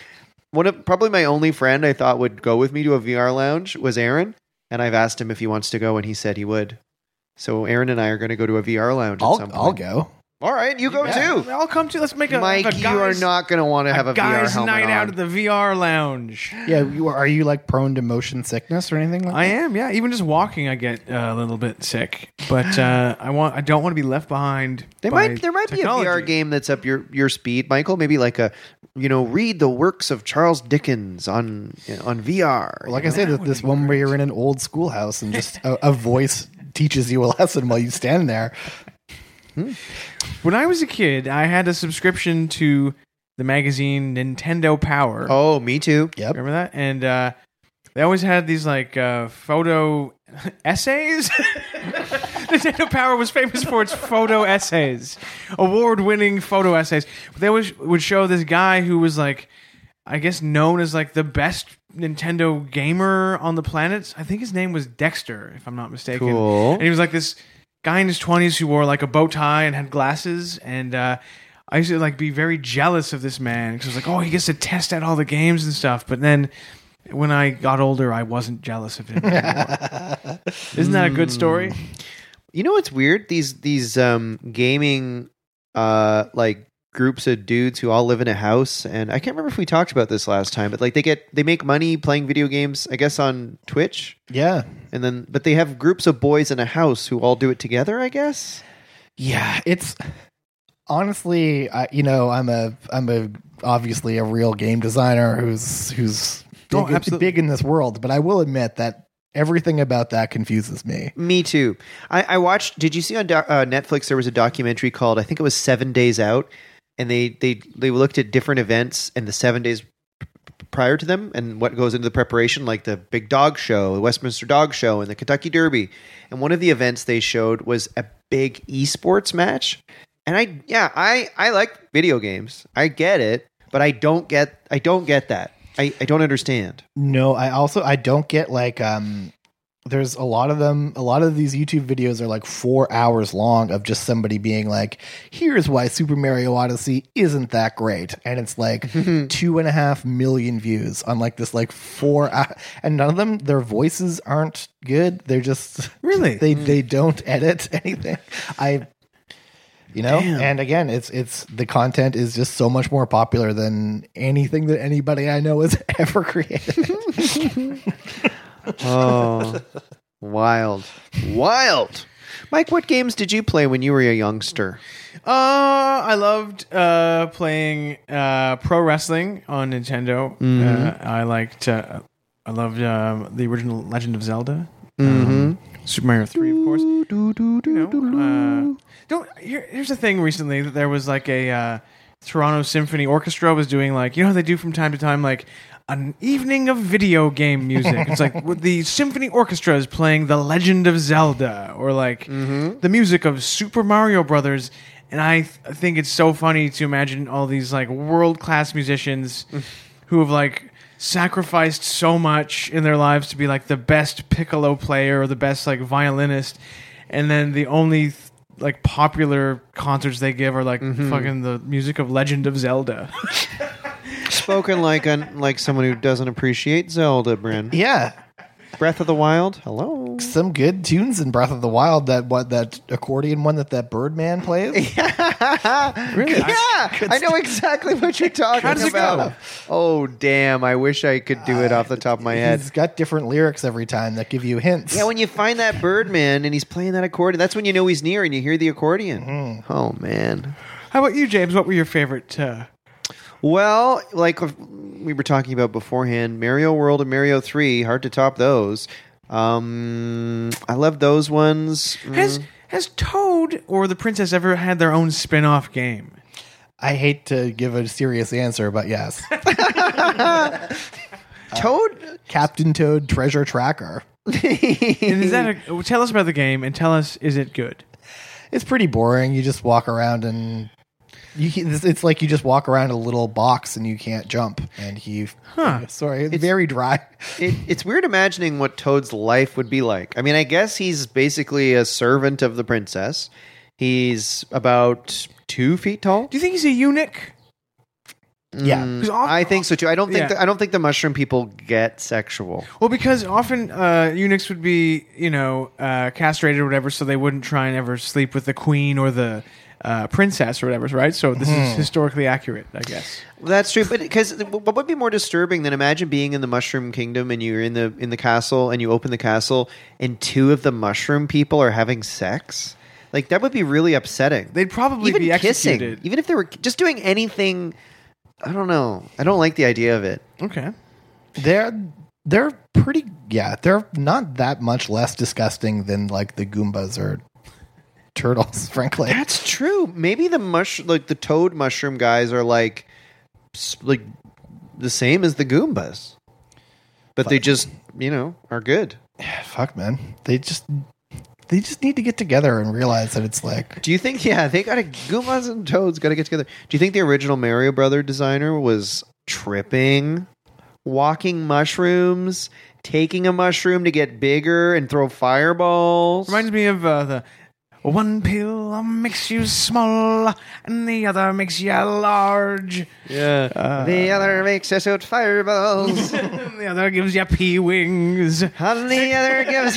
[SPEAKER 1] One of probably my only friend I thought would go with me to a VR lounge was Aaron, and I've asked him if he wants to go, and he said he would. So Aaron and I are going to go to a VR lounge at some
[SPEAKER 3] I'll,
[SPEAKER 1] point.
[SPEAKER 3] I'll go.
[SPEAKER 1] All right, you go too,
[SPEAKER 2] I'll come to. Let's make a
[SPEAKER 1] Mike.
[SPEAKER 2] Like a
[SPEAKER 1] you are
[SPEAKER 2] guys-
[SPEAKER 1] not going to want to have a, VR
[SPEAKER 2] guys'
[SPEAKER 1] helmet
[SPEAKER 2] night
[SPEAKER 1] on.
[SPEAKER 2] out at the VR lounge.
[SPEAKER 3] Yeah, you are, are you like prone to motion sickness or anything like
[SPEAKER 2] I am, yeah. Even just walking, I get uh, a little bit sick. But uh, I want, I don't want to be left behind.
[SPEAKER 1] There
[SPEAKER 2] by
[SPEAKER 1] might there might
[SPEAKER 2] technology.
[SPEAKER 1] be a VR game that's up your your speed, Michael. Maybe like a you know read the works of Charles Dickens on on VR.
[SPEAKER 3] Like I said, that this one where you're in an old schoolhouse and just a, a voice teaches you a lesson while you stand there.
[SPEAKER 2] When I was a kid, I had a subscription to the magazine Nintendo Power.
[SPEAKER 1] oh, me too.
[SPEAKER 3] Yep.
[SPEAKER 2] Remember that? And uh, they always had these like uh, photo essays. Nintendo Power was famous for its photo essays, award-winning photo essays. They always would show this guy who was like, I guess, known as like the best Nintendo gamer on the planet. I think his name was Dexter, if I'm not mistaken.
[SPEAKER 1] Cool.
[SPEAKER 2] And he was like this guy in his 20s who wore like a bow tie and had glasses and uh I used to like be very jealous of this man because I was like, oh, he gets to test out all the games and stuff. But then, when I got older, I wasn't jealous of him. Anymore. Isn't that a good story?
[SPEAKER 1] You know what's weird? These these um gaming uh like groups of dudes who all live in a house and I can't remember if we talked about this last time, but like they get they make money playing video games, I guess on Twitch.
[SPEAKER 3] Yeah.
[SPEAKER 1] And then but they have groups of boys in a house who all do it together, I guess.
[SPEAKER 3] Yeah, it's honestly, I, you know, I'm a I'm a obviously a real game designer who's who's big,
[SPEAKER 2] Oh, absolutely.
[SPEAKER 3] big in this world, but I will admit that Everything about that confuses me.
[SPEAKER 1] Me too. I, I watched. Did you see on doc, uh, Netflix? There was a documentary called I think it was Seven Days Out, and they they they looked at different events and the seven days p- p- prior to them and what goes into the preparation, like the Big Dog Show, the Westminster Dog Show, and the Kentucky Derby. And one of the events they showed was a big esports match. And I yeah I I like video games. I get it, but I don't get I don't get that. I, I don't understand.
[SPEAKER 3] No, I also I don't get like um there's a lot of them a lot of these YouTube videos are like 4 hours long of just somebody being like here's why Super Mario Odyssey isn't that great and it's like two and a half million views on like this like 4 hou- and none of them their voices aren't good they're just
[SPEAKER 2] Really?
[SPEAKER 3] they they don't edit anything I you know and again it's it's the content is just so much more popular than anything that anybody I know has ever created
[SPEAKER 1] Oh, wild, wild! Mike, what games did you play when you were a youngster?
[SPEAKER 2] Uh, I loved uh, playing uh, pro wrestling on Nintendo. Uh, I liked. Uh, I loved um, the original Legend of Zelda. Um, Super Mario Three, of course. You know, uh, don't. Here, here's the thing. Recently, that there was like a uh, Toronto Symphony Orchestra was doing like you know how they do from time to time like an evening of video game music. it's like with the symphony orchestra is playing The Legend of Zelda or like the music of Super Mario Brothers. And I th- I think it's so funny to imagine all these like world class musicians who have like sacrificed so much in their lives to be like the best piccolo player or the best like violinist and then the only th- like popular concerts they give are like
[SPEAKER 1] Mm-hmm.
[SPEAKER 2] fucking the music of legend of zelda
[SPEAKER 1] Spoken like an, like someone who doesn't appreciate Zelda, Bryn.
[SPEAKER 3] Yeah,
[SPEAKER 1] Breath of the Wild. Hello.
[SPEAKER 3] some good tunes in Breath of the Wild. That what that accordion one that that Birdman plays.
[SPEAKER 2] really
[SPEAKER 1] Yeah, I know exactly what you're talking
[SPEAKER 2] does it
[SPEAKER 1] about.
[SPEAKER 2] go?
[SPEAKER 1] Oh damn! I wish I could do it off the top of my head.
[SPEAKER 3] He's got different lyrics every time that give you hints.
[SPEAKER 1] Yeah, when you find that Birdman and he's playing that accordion, that's when you know he's near and you hear the accordion. Oh man.
[SPEAKER 2] how about you james what were your favorite uh,
[SPEAKER 1] Well, like we were talking about beforehand, Mario World and Mario Three, hard to top those. Um, I love those ones. Mm.
[SPEAKER 2] has has toad or the princess ever had their own spin-off game
[SPEAKER 3] I hate to give a serious answer, but yes,
[SPEAKER 1] Toad.
[SPEAKER 3] Captain Toad Treasure Tracker.
[SPEAKER 2] and is that a, tell us about the game and tell us is it good
[SPEAKER 3] It's pretty boring. You just walk around and you. can- It's it's like you just walk around a little box and you can't jump. And you, sorry, it's very dry.
[SPEAKER 1] It, it's weird imagining what Toad's life would be like. I mean, I guess he's basically a servant of the princess. He's about two feet tall.
[SPEAKER 2] do you think he's a eunuch
[SPEAKER 3] Yeah,
[SPEAKER 2] 'Cause off-
[SPEAKER 1] I think so too. I don't think
[SPEAKER 2] Yeah.
[SPEAKER 1] the, I don't think the mushroom people get sexual.
[SPEAKER 2] Well, because often uh, eunuchs would be, you know, uh, castrated or whatever, so they wouldn't try and ever sleep with the queen or the uh, princess or whatever, right? So this is historically accurate, I guess.
[SPEAKER 1] That's true, but because what would be more disturbing than imagine being in the Mushroom Kingdom and you're in the in the castle and you open the castle and two of the mushroom people are having sex? Like that would be really upsetting.
[SPEAKER 2] They'd probably
[SPEAKER 1] even
[SPEAKER 2] be
[SPEAKER 1] kissing,
[SPEAKER 2] executed.
[SPEAKER 1] even if they were just doing anything. I don't know. I don't like the idea of it.
[SPEAKER 2] Okay.
[SPEAKER 3] they're they're pretty. Yeah, they're not that much less disgusting than like the Goombas or turtles. Frankly,
[SPEAKER 1] That's true. Maybe the mush like the toad mushroom guys are like s- like the same as the Goombas, but they just you know are good.
[SPEAKER 3] fuck man they just they just need to get together and realize that it's like
[SPEAKER 1] Do you think? Yeah, they got to Goombas and Toads got to get together. Do you think the original Mario Brother designer was tripping, walking mushrooms, taking a mushroom to get bigger and throw fireballs?
[SPEAKER 2] Reminds me of uh, the one pill makes you small and the other makes you large.
[SPEAKER 1] yeah. the other makes us out fireballs,
[SPEAKER 2] and the other gives you pea wings.
[SPEAKER 1] and the other gives.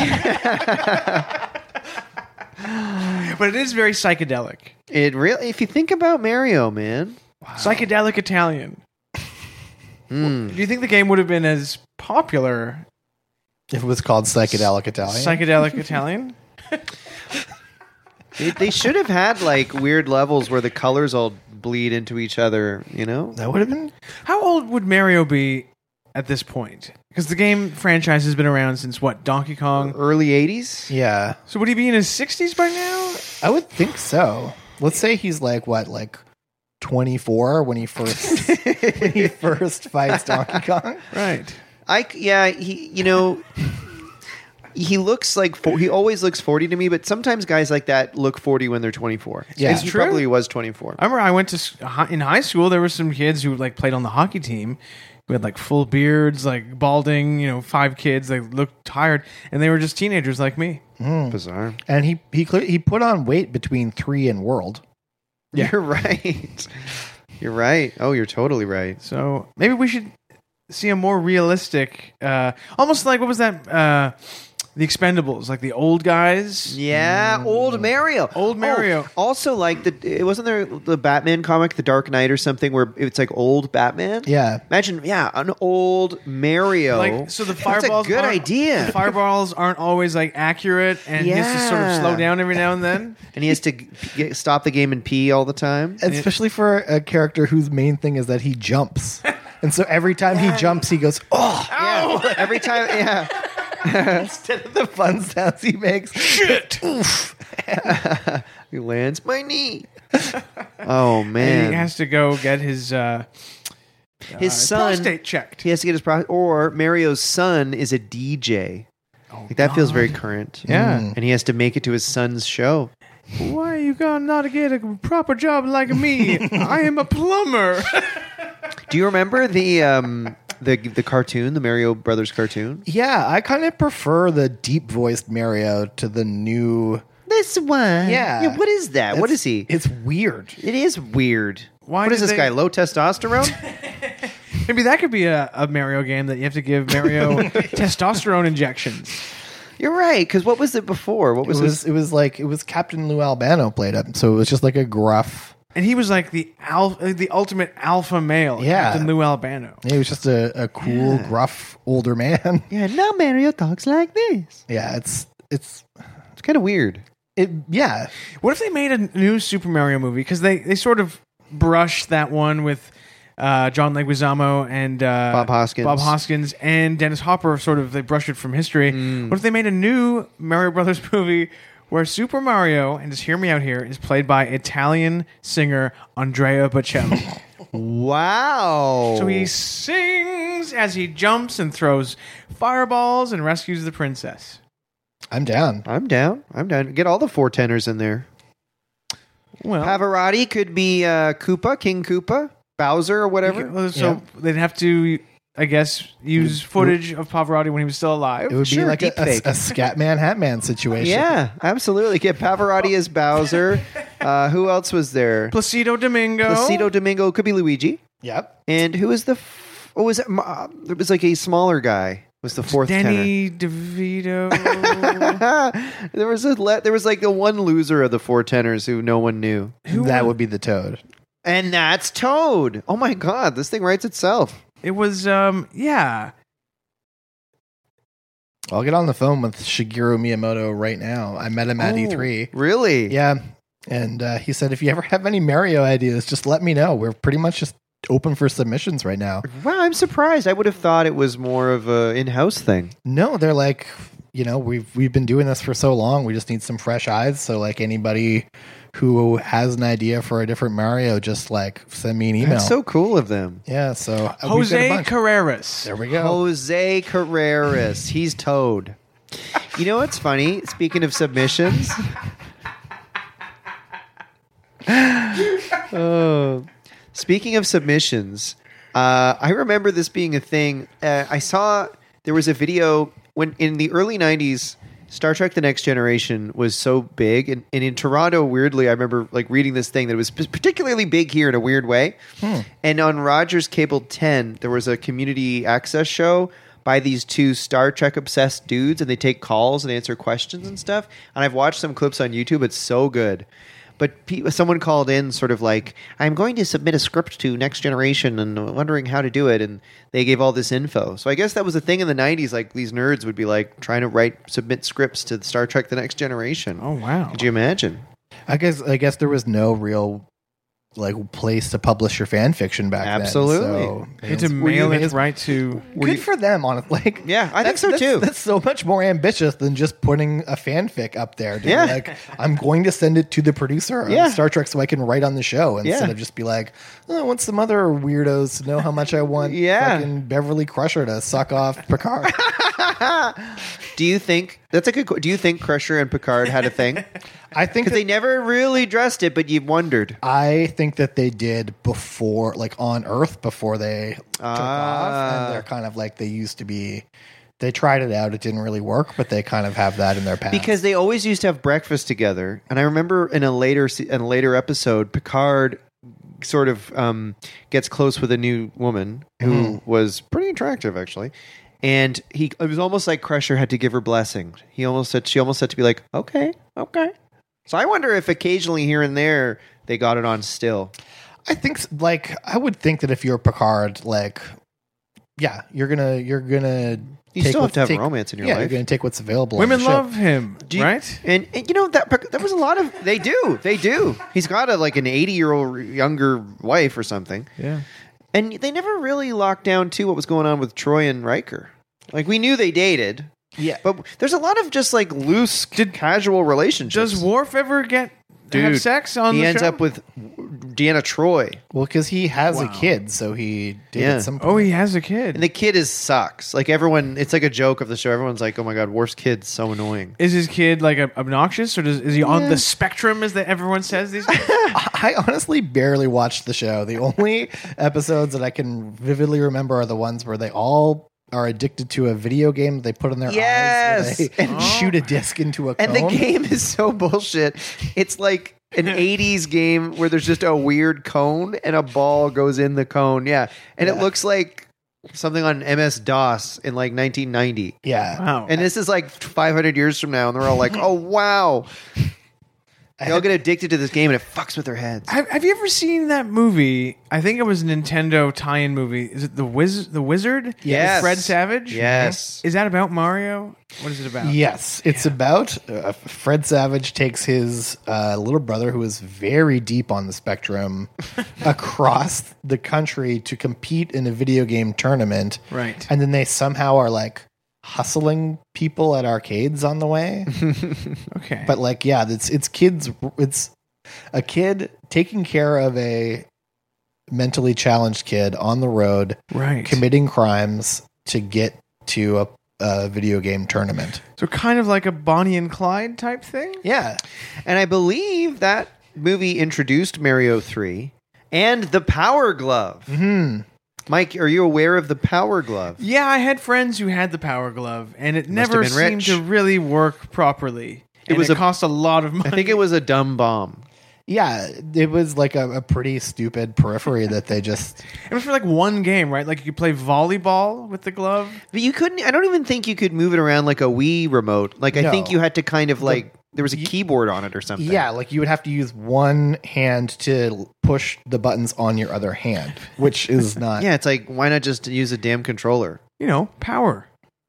[SPEAKER 2] But it is very psychedelic.
[SPEAKER 1] it really. If you think about Mario, man,
[SPEAKER 2] Psychedelic Italian.
[SPEAKER 1] hmm.
[SPEAKER 2] Do you think the game would have been as popular
[SPEAKER 3] if it was called psychedelic Italian.
[SPEAKER 2] psychedelic Italian.
[SPEAKER 1] they, they should have had like weird levels where the colors all bleed into each other. You know.
[SPEAKER 3] that would have been
[SPEAKER 2] How old would Mario be at this point because the game franchise has been around since what Donkey Kong.
[SPEAKER 1] Early 80s?
[SPEAKER 3] Yeah,
[SPEAKER 2] So would he be in his sixties by now?
[SPEAKER 3] I would think so. Let's say he's like what, like twenty four when he first when he first fights Donkey Kong.
[SPEAKER 2] Right.
[SPEAKER 1] I c- yeah, he you know he looks like fo- he always looks 40 to me, but sometimes guys like that look 40 when they're 24.
[SPEAKER 3] Yeah.
[SPEAKER 1] It's
[SPEAKER 3] It's
[SPEAKER 2] true.
[SPEAKER 1] probably was 24.
[SPEAKER 2] I remember I went to s- hi- in high school. There were some kids who like played on the hockey team who had like full beards, like balding. You know, five kids. They looked tired, and they were just teenagers like me.
[SPEAKER 1] Bizarre.
[SPEAKER 3] And he he cle- he put on weight between three and World.
[SPEAKER 2] Yeah.
[SPEAKER 1] You're right. You're right. Oh, you're totally right.
[SPEAKER 2] So maybe we should see a more realistic, uh, almost like what was that? Uh, the Expendables, like the old guys.
[SPEAKER 1] Yeah, old Mario.
[SPEAKER 2] Mm. Old Mario.
[SPEAKER 1] Oh, also like the it wasn't there the Batman comic The Dark Knight or something where it's like old Batman?
[SPEAKER 3] Yeah.
[SPEAKER 1] Imagine yeah, an old Mario.
[SPEAKER 2] Like so, the fireballs.
[SPEAKER 1] That's a good
[SPEAKER 2] aren't-
[SPEAKER 1] idea.
[SPEAKER 2] The fireballs aren't always like accurate, and he has to sort of
[SPEAKER 1] Yeah.
[SPEAKER 2] slow down every now and then.
[SPEAKER 1] and he has to g- get, stop the game and pee all the time.
[SPEAKER 3] Especially for a character whose main thing is that he jumps. And so every time he jumps, he goes, oh,
[SPEAKER 1] Yeah. Every time yeah.
[SPEAKER 3] instead of the fun sounds he makes. Shit. Oof.
[SPEAKER 1] He lands my knee. oh
[SPEAKER 2] And
[SPEAKER 1] man.
[SPEAKER 2] he has to go get his uh,
[SPEAKER 1] his
[SPEAKER 2] uh,
[SPEAKER 1] son
[SPEAKER 2] prostate checked.
[SPEAKER 1] he has to get his pro or Mario's son is a DJ. like that feels very current.
[SPEAKER 2] Oh, Yeah.
[SPEAKER 1] And he has to make it to his son's show.
[SPEAKER 2] Why you gonna not get a proper job like me? I am a plumber.
[SPEAKER 1] Do you remember the um the the cartoon, the Mario Brothers cartoon?
[SPEAKER 3] Yeah, I kind of prefer the deep voiced Mario to the new.
[SPEAKER 1] This one.
[SPEAKER 3] Yeah.
[SPEAKER 1] what is that? what
[SPEAKER 3] It's-
[SPEAKER 1] is he?
[SPEAKER 3] It's weird.
[SPEAKER 1] It is weird.
[SPEAKER 2] Why
[SPEAKER 1] what is
[SPEAKER 2] did
[SPEAKER 1] this
[SPEAKER 2] they-
[SPEAKER 1] guy? Low testosterone?
[SPEAKER 2] Maybe that could be a, a Mario game that you have to give Mario testosterone injections.
[SPEAKER 1] You're right. Because what was it before? What
[SPEAKER 3] It
[SPEAKER 1] was,
[SPEAKER 3] was it was like it was Captain Lou Albano played up, so it was just like a gruff.
[SPEAKER 2] And he was like the alpha, the ultimate alpha male,
[SPEAKER 3] Yeah.
[SPEAKER 2] Captain Lou Albano.
[SPEAKER 3] He was just a, a cool, gruff older man.
[SPEAKER 1] this? Yeah, now Mario talks like this.
[SPEAKER 3] yeah, it's it's
[SPEAKER 1] It's kind of weird.
[SPEAKER 3] it. Yeah,
[SPEAKER 2] What if they made a new Super Mario movie? Because they, they sort of brushed that one with uh, John Leguizamo and uh,
[SPEAKER 1] Bob Hoskins.
[SPEAKER 2] Bob Hoskins and Dennis Hopper. Sort of they brushed it from history.
[SPEAKER 1] Mm.
[SPEAKER 2] What if they made a new Mario Brothers movie where Super Mario and just hear me out here is played by Italian singer Andrea Bocelli?
[SPEAKER 1] Wow.
[SPEAKER 2] so he sings as he jumps and throws fireballs and rescues the princess.
[SPEAKER 3] I'm down.
[SPEAKER 1] I'm down. I'm down. Get all the four tenors in there.
[SPEAKER 2] Well,
[SPEAKER 1] Pavarotti could be uh, Koopa, King Koopa, Bowser, or whatever. Mm-hmm.
[SPEAKER 2] Well, So they'd have to, I guess, use footage of Pavarotti when he was still alive.
[SPEAKER 3] It would
[SPEAKER 1] Sure,
[SPEAKER 3] be like a, a,
[SPEAKER 1] deepfake.
[SPEAKER 3] a Scatman Hatman situation.
[SPEAKER 1] Yeah, absolutely. Get Pavarotti as Bowser. Uh, who else was there?
[SPEAKER 2] Placido Domingo.
[SPEAKER 1] Placido Domingo could be Luigi.
[SPEAKER 3] Yep.
[SPEAKER 1] And who was the? F- oh, was it? Ma- uh, It was like a smaller guy. Was the fourth
[SPEAKER 2] Danny DeVito.
[SPEAKER 1] tenor? there was a le- there was like the one loser of the four tenors who no one knew,
[SPEAKER 3] that would be the toad.
[SPEAKER 1] and that's Toad. Oh my God, this thing writes itself.
[SPEAKER 2] it was, um, yeah.
[SPEAKER 3] I'll get on the phone with Shigeru Miyamoto right now. I met him at E3.
[SPEAKER 1] Really?
[SPEAKER 3] Yeah. And uh, he said, if you ever have any Mario ideas, just let me know. We're pretty much just open for submissions right now.
[SPEAKER 1] Wow, I'm surprised. I would have thought it was more of a in-house thing.
[SPEAKER 3] No, they're like, you know, we've we've been doing this for so long. We just need some fresh eyes. So like anybody who has an idea for a different Mario, just like send me an email.
[SPEAKER 1] That's so cool of them.
[SPEAKER 3] yeah. So uh, we've got a
[SPEAKER 2] Jose
[SPEAKER 3] bunch.
[SPEAKER 2] Carreras.
[SPEAKER 3] there we go.
[SPEAKER 1] Jose Carreras. He's Toad. You know what's funny? Speaking of submissions. Oh. speaking of submissions, uh, I remember this being a thing. Uh, I saw there was a video when in the early 90s. Star Trek The Next Generation was so big. And, and in Toronto, weirdly, I remember like reading this thing that it was p- particularly big here in a weird way. And on Rogers Cable 10, there was a community access show by these two Star Trek obsessed dudes, and they take calls and answer questions and stuff. And I've watched some clips on YouTube. It's so good. But pe- someone called in, sort of like, I'm going to submit a script to Next Generation and wondering how to do it. And they gave all this info. So I guess that was a thing in the 90s. Like, these nerds would be like trying to write, submit scripts to Star Trek The Next Generation.
[SPEAKER 2] Oh, wow.
[SPEAKER 1] Could you imagine?
[SPEAKER 3] I guess I guess there was no real like place to publish your fan fiction back
[SPEAKER 1] Absolutely.
[SPEAKER 3] then.
[SPEAKER 2] You had
[SPEAKER 3] Absolutely.
[SPEAKER 2] to mail it right to.
[SPEAKER 3] Good for them, honestly. Like,
[SPEAKER 1] Yeah, I think
[SPEAKER 3] that's-
[SPEAKER 1] so,
[SPEAKER 3] that's-
[SPEAKER 1] too.
[SPEAKER 3] That's so much more ambitious than just putting a fanfic up there. To
[SPEAKER 1] Yeah.
[SPEAKER 3] yeah, like I'm going to send it to the producer of
[SPEAKER 1] Yeah.
[SPEAKER 3] Star Trek so I can write on the show instead
[SPEAKER 1] Yeah.
[SPEAKER 3] of just be like, "Oh, I want some other weirdos to know how much I want.
[SPEAKER 1] Yeah.
[SPEAKER 3] fucking Beverly Crusher to suck off Picard.
[SPEAKER 1] Do you think that's a good? qu- Do you think Crusher and Picard had a thing?
[SPEAKER 3] I think
[SPEAKER 1] Because
[SPEAKER 3] that-
[SPEAKER 1] they never really addressed it, but you wondered.
[SPEAKER 3] I think that they did before, like on Earth, before they took off, and they're
[SPEAKER 1] Ah.
[SPEAKER 3] kind of like they used to be. They tried it out; it didn't really work, but they kind of have that in their past.
[SPEAKER 1] because they always used to have breakfast together. And I remember in a later se- in a later episode, Picard sort of um, gets close with a new woman who was pretty attractive, actually. And he it was almost like Crusher had to give her blessing. He almost said she almost had to be like, okay, okay. So I wonder if occasionally here and there they got it on still.
[SPEAKER 3] I think, s- like, I would think that if you're Picard, like, yeah, you're gonna, you're gonna,
[SPEAKER 1] You still have
[SPEAKER 3] what-
[SPEAKER 1] to have
[SPEAKER 3] take-
[SPEAKER 1] romance in your
[SPEAKER 3] yeah,
[SPEAKER 1] life.
[SPEAKER 3] you're gonna take what's available. on
[SPEAKER 2] Women
[SPEAKER 3] the ship.
[SPEAKER 2] love him,
[SPEAKER 1] Do you-
[SPEAKER 2] right?
[SPEAKER 1] And, and you know that Pic- there was a lot of they do they do. He's got a like an eighty year old younger wife or something.
[SPEAKER 2] Yeah.
[SPEAKER 1] And they never really locked down to what was going on with Troy and Riker. Like we knew they dated.
[SPEAKER 3] Yeah.
[SPEAKER 1] But there's a lot of just like loose casual relationships.
[SPEAKER 2] Does Worf ever get have
[SPEAKER 1] Dude,
[SPEAKER 2] sex on
[SPEAKER 1] he
[SPEAKER 2] the
[SPEAKER 1] ends
[SPEAKER 2] show?
[SPEAKER 1] up with Deanna Troy.
[SPEAKER 3] Well, because he has a kid, so he did
[SPEAKER 1] Yeah.
[SPEAKER 3] at some. Point.
[SPEAKER 2] Oh, he has a kid.
[SPEAKER 1] And the kid is sucks. Like everyone it's like a joke of the show. Everyone's like, Oh my god, worst kid's so annoying.
[SPEAKER 2] is his kid like ob- obnoxious, or does, is he on the spectrum, as that everyone says these days?
[SPEAKER 3] I honestly barely watched the show. The only episodes that I can vividly remember are the ones where they all are addicted to a video game that they put in their
[SPEAKER 1] Yes.
[SPEAKER 3] eyes where they
[SPEAKER 1] And-
[SPEAKER 3] shoot a disc into a
[SPEAKER 1] And
[SPEAKER 2] Oh.
[SPEAKER 3] cone.
[SPEAKER 1] the game is so bullshit. It's like an 80s game where there's just a weird cone and a ball goes in the cone. Yeah. And it looks like something on MS DOS in like 1990.
[SPEAKER 3] Yeah.
[SPEAKER 2] Wow.
[SPEAKER 1] And this is like 500 years from now, and they're all like, "Oh wow!" They all get addicted to this game, and it fucks with their heads.
[SPEAKER 2] Have, have you ever seen that movie? I think it was a Nintendo tie-in movie. Is it the Wiz- the Wizard?
[SPEAKER 1] Yes.
[SPEAKER 2] With Fred Savage.
[SPEAKER 1] Yes.
[SPEAKER 2] Is that about Mario? What is it about?
[SPEAKER 3] Yes, it's about uh, Fred Savage takes his uh, little brother, who is very deep on the spectrum, across the country to compete in a video game tournament.
[SPEAKER 2] Right.
[SPEAKER 3] And then they somehow are like hustling people at arcades on the way.
[SPEAKER 2] Okay.
[SPEAKER 3] but like, yeah, it's it's kids. It's a kid taking care of a mentally challenged kid on the road,
[SPEAKER 2] right.
[SPEAKER 3] committing crimes to get to a, a video game tournament.
[SPEAKER 2] so kind of like a Bonnie and Clyde type thing.
[SPEAKER 3] Yeah.
[SPEAKER 1] And I believe that movie introduced Mario Three and the Power Glove.
[SPEAKER 3] Hmm.
[SPEAKER 1] Mike, are you aware of the Power Glove?
[SPEAKER 2] Yeah, I had friends who had the Power Glove, and it
[SPEAKER 1] Must
[SPEAKER 2] never
[SPEAKER 1] have been
[SPEAKER 2] seemed
[SPEAKER 1] rich.
[SPEAKER 2] to really work properly.
[SPEAKER 1] It
[SPEAKER 2] And
[SPEAKER 1] was a-
[SPEAKER 2] it cost a lot of money.
[SPEAKER 1] I think it was a dumb bomb.
[SPEAKER 3] Yeah, it was like a, a pretty stupid periphery that they just.
[SPEAKER 2] It was for like one game, right? Like you could play volleyball with the glove.
[SPEAKER 1] But you couldn't. I don't even think you could move it around like a Wii remote. Like I
[SPEAKER 3] No.
[SPEAKER 1] think you had to kind of like there was a keyboard on it or something.
[SPEAKER 3] Yeah, like you would have to use one hand to l- push the buttons on your other hand, which is not.
[SPEAKER 1] Yeah, it's like why not just use a damn controller?
[SPEAKER 2] You know, power.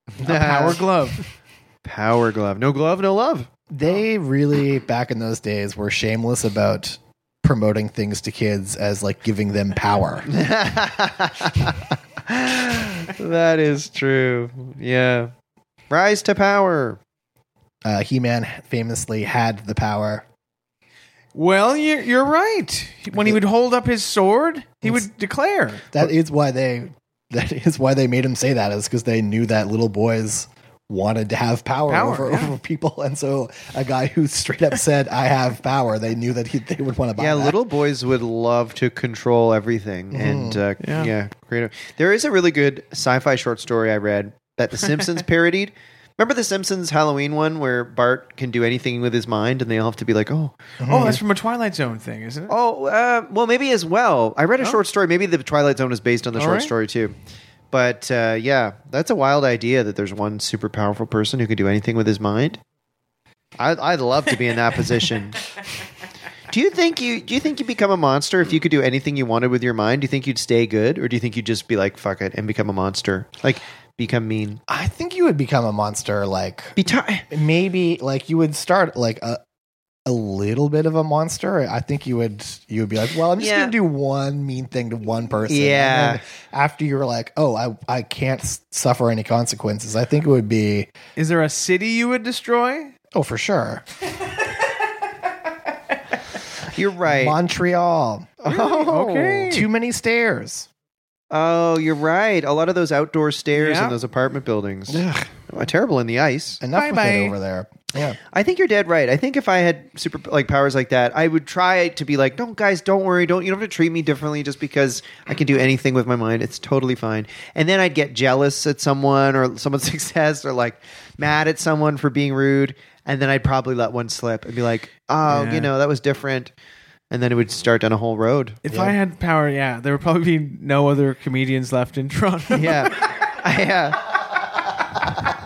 [SPEAKER 2] A
[SPEAKER 1] Uh-huh.
[SPEAKER 2] power glove.
[SPEAKER 1] Power glove. No glove, no love.
[SPEAKER 3] They really, back in those days, were shameless about promoting things to kids as like giving them power.
[SPEAKER 1] that is true. Yeah. Rise to power.
[SPEAKER 3] Uh, he Man famously had the power.
[SPEAKER 2] Well, you're, you're right. When he would hold up his sword, he would declare.
[SPEAKER 3] That is why they. That is why they made him say that is because they knew that little boys wanted to have power,
[SPEAKER 2] Power,
[SPEAKER 3] over,
[SPEAKER 2] yeah.
[SPEAKER 3] over people, and so a guy who straight up said "I have power," they knew that he, they would want to buy.
[SPEAKER 1] Yeah,
[SPEAKER 3] that. Mm-hmm.
[SPEAKER 1] little boys would love to control everything and uh, yeah.
[SPEAKER 2] Yeah.
[SPEAKER 1] create. A, there is a really good sci-fi short story I read that The Simpsons parodied. Remember the Simpsons Halloween one where Bart can do anything with his mind, and they all have to be like, "Oh,
[SPEAKER 2] Oh, that's from a Twilight Zone thing, isn't it?
[SPEAKER 1] Oh, uh, well, maybe as well. I read a short story. Maybe the Twilight Zone is based on the
[SPEAKER 2] Oh. All
[SPEAKER 1] short
[SPEAKER 2] right.
[SPEAKER 1] story too. But uh, yeah, that's a wild idea that there's one super powerful person who can do anything with his mind. I, I'd love to be in that position. Do you think you do you think you become a monster if you could do anything you wanted with your mind? Do you think you'd stay good, or do you think you'd just be like fuck it and become a monster, like become mean?
[SPEAKER 3] I think you would become a monster. Like
[SPEAKER 1] Be ti
[SPEAKER 3] maybe, like you would start like a a little bit of a monster, I think you would you would be like, well, I'm just
[SPEAKER 1] Yeah.
[SPEAKER 3] gonna do one mean thing to one person. And
[SPEAKER 1] Yeah.
[SPEAKER 3] then after you were like, oh, I I can't s- suffer any consequences. I think it would be
[SPEAKER 2] Is there a city you would destroy?
[SPEAKER 3] oh for sure
[SPEAKER 1] You're right.
[SPEAKER 3] Montreal.
[SPEAKER 1] oh,
[SPEAKER 2] Okay.
[SPEAKER 3] Too many stairs.
[SPEAKER 1] Oh, you're right. A lot of those outdoor stairs
[SPEAKER 2] Yeah.
[SPEAKER 1] in those apartment buildings. Are terrible in the ice.
[SPEAKER 3] Enough with
[SPEAKER 2] Bye-bye.
[SPEAKER 3] it over there. Yeah.
[SPEAKER 1] I think you're dead right. I think if I had super like powers like that, I would try to be like, "Don't guys, don't worry. Don't you don't have to treat me differently just because I can do anything with my mind. It's totally fine." And then I'd get jealous at someone or someone's success or like mad at someone for being rude, and then I'd probably let one slip and be like, "Oh,
[SPEAKER 2] Yeah.
[SPEAKER 1] you know, that was different." And then it would start down a whole road.
[SPEAKER 2] If I had power, yeah, there would probably be no other comedians left in Toronto.
[SPEAKER 1] Yeah. yeah.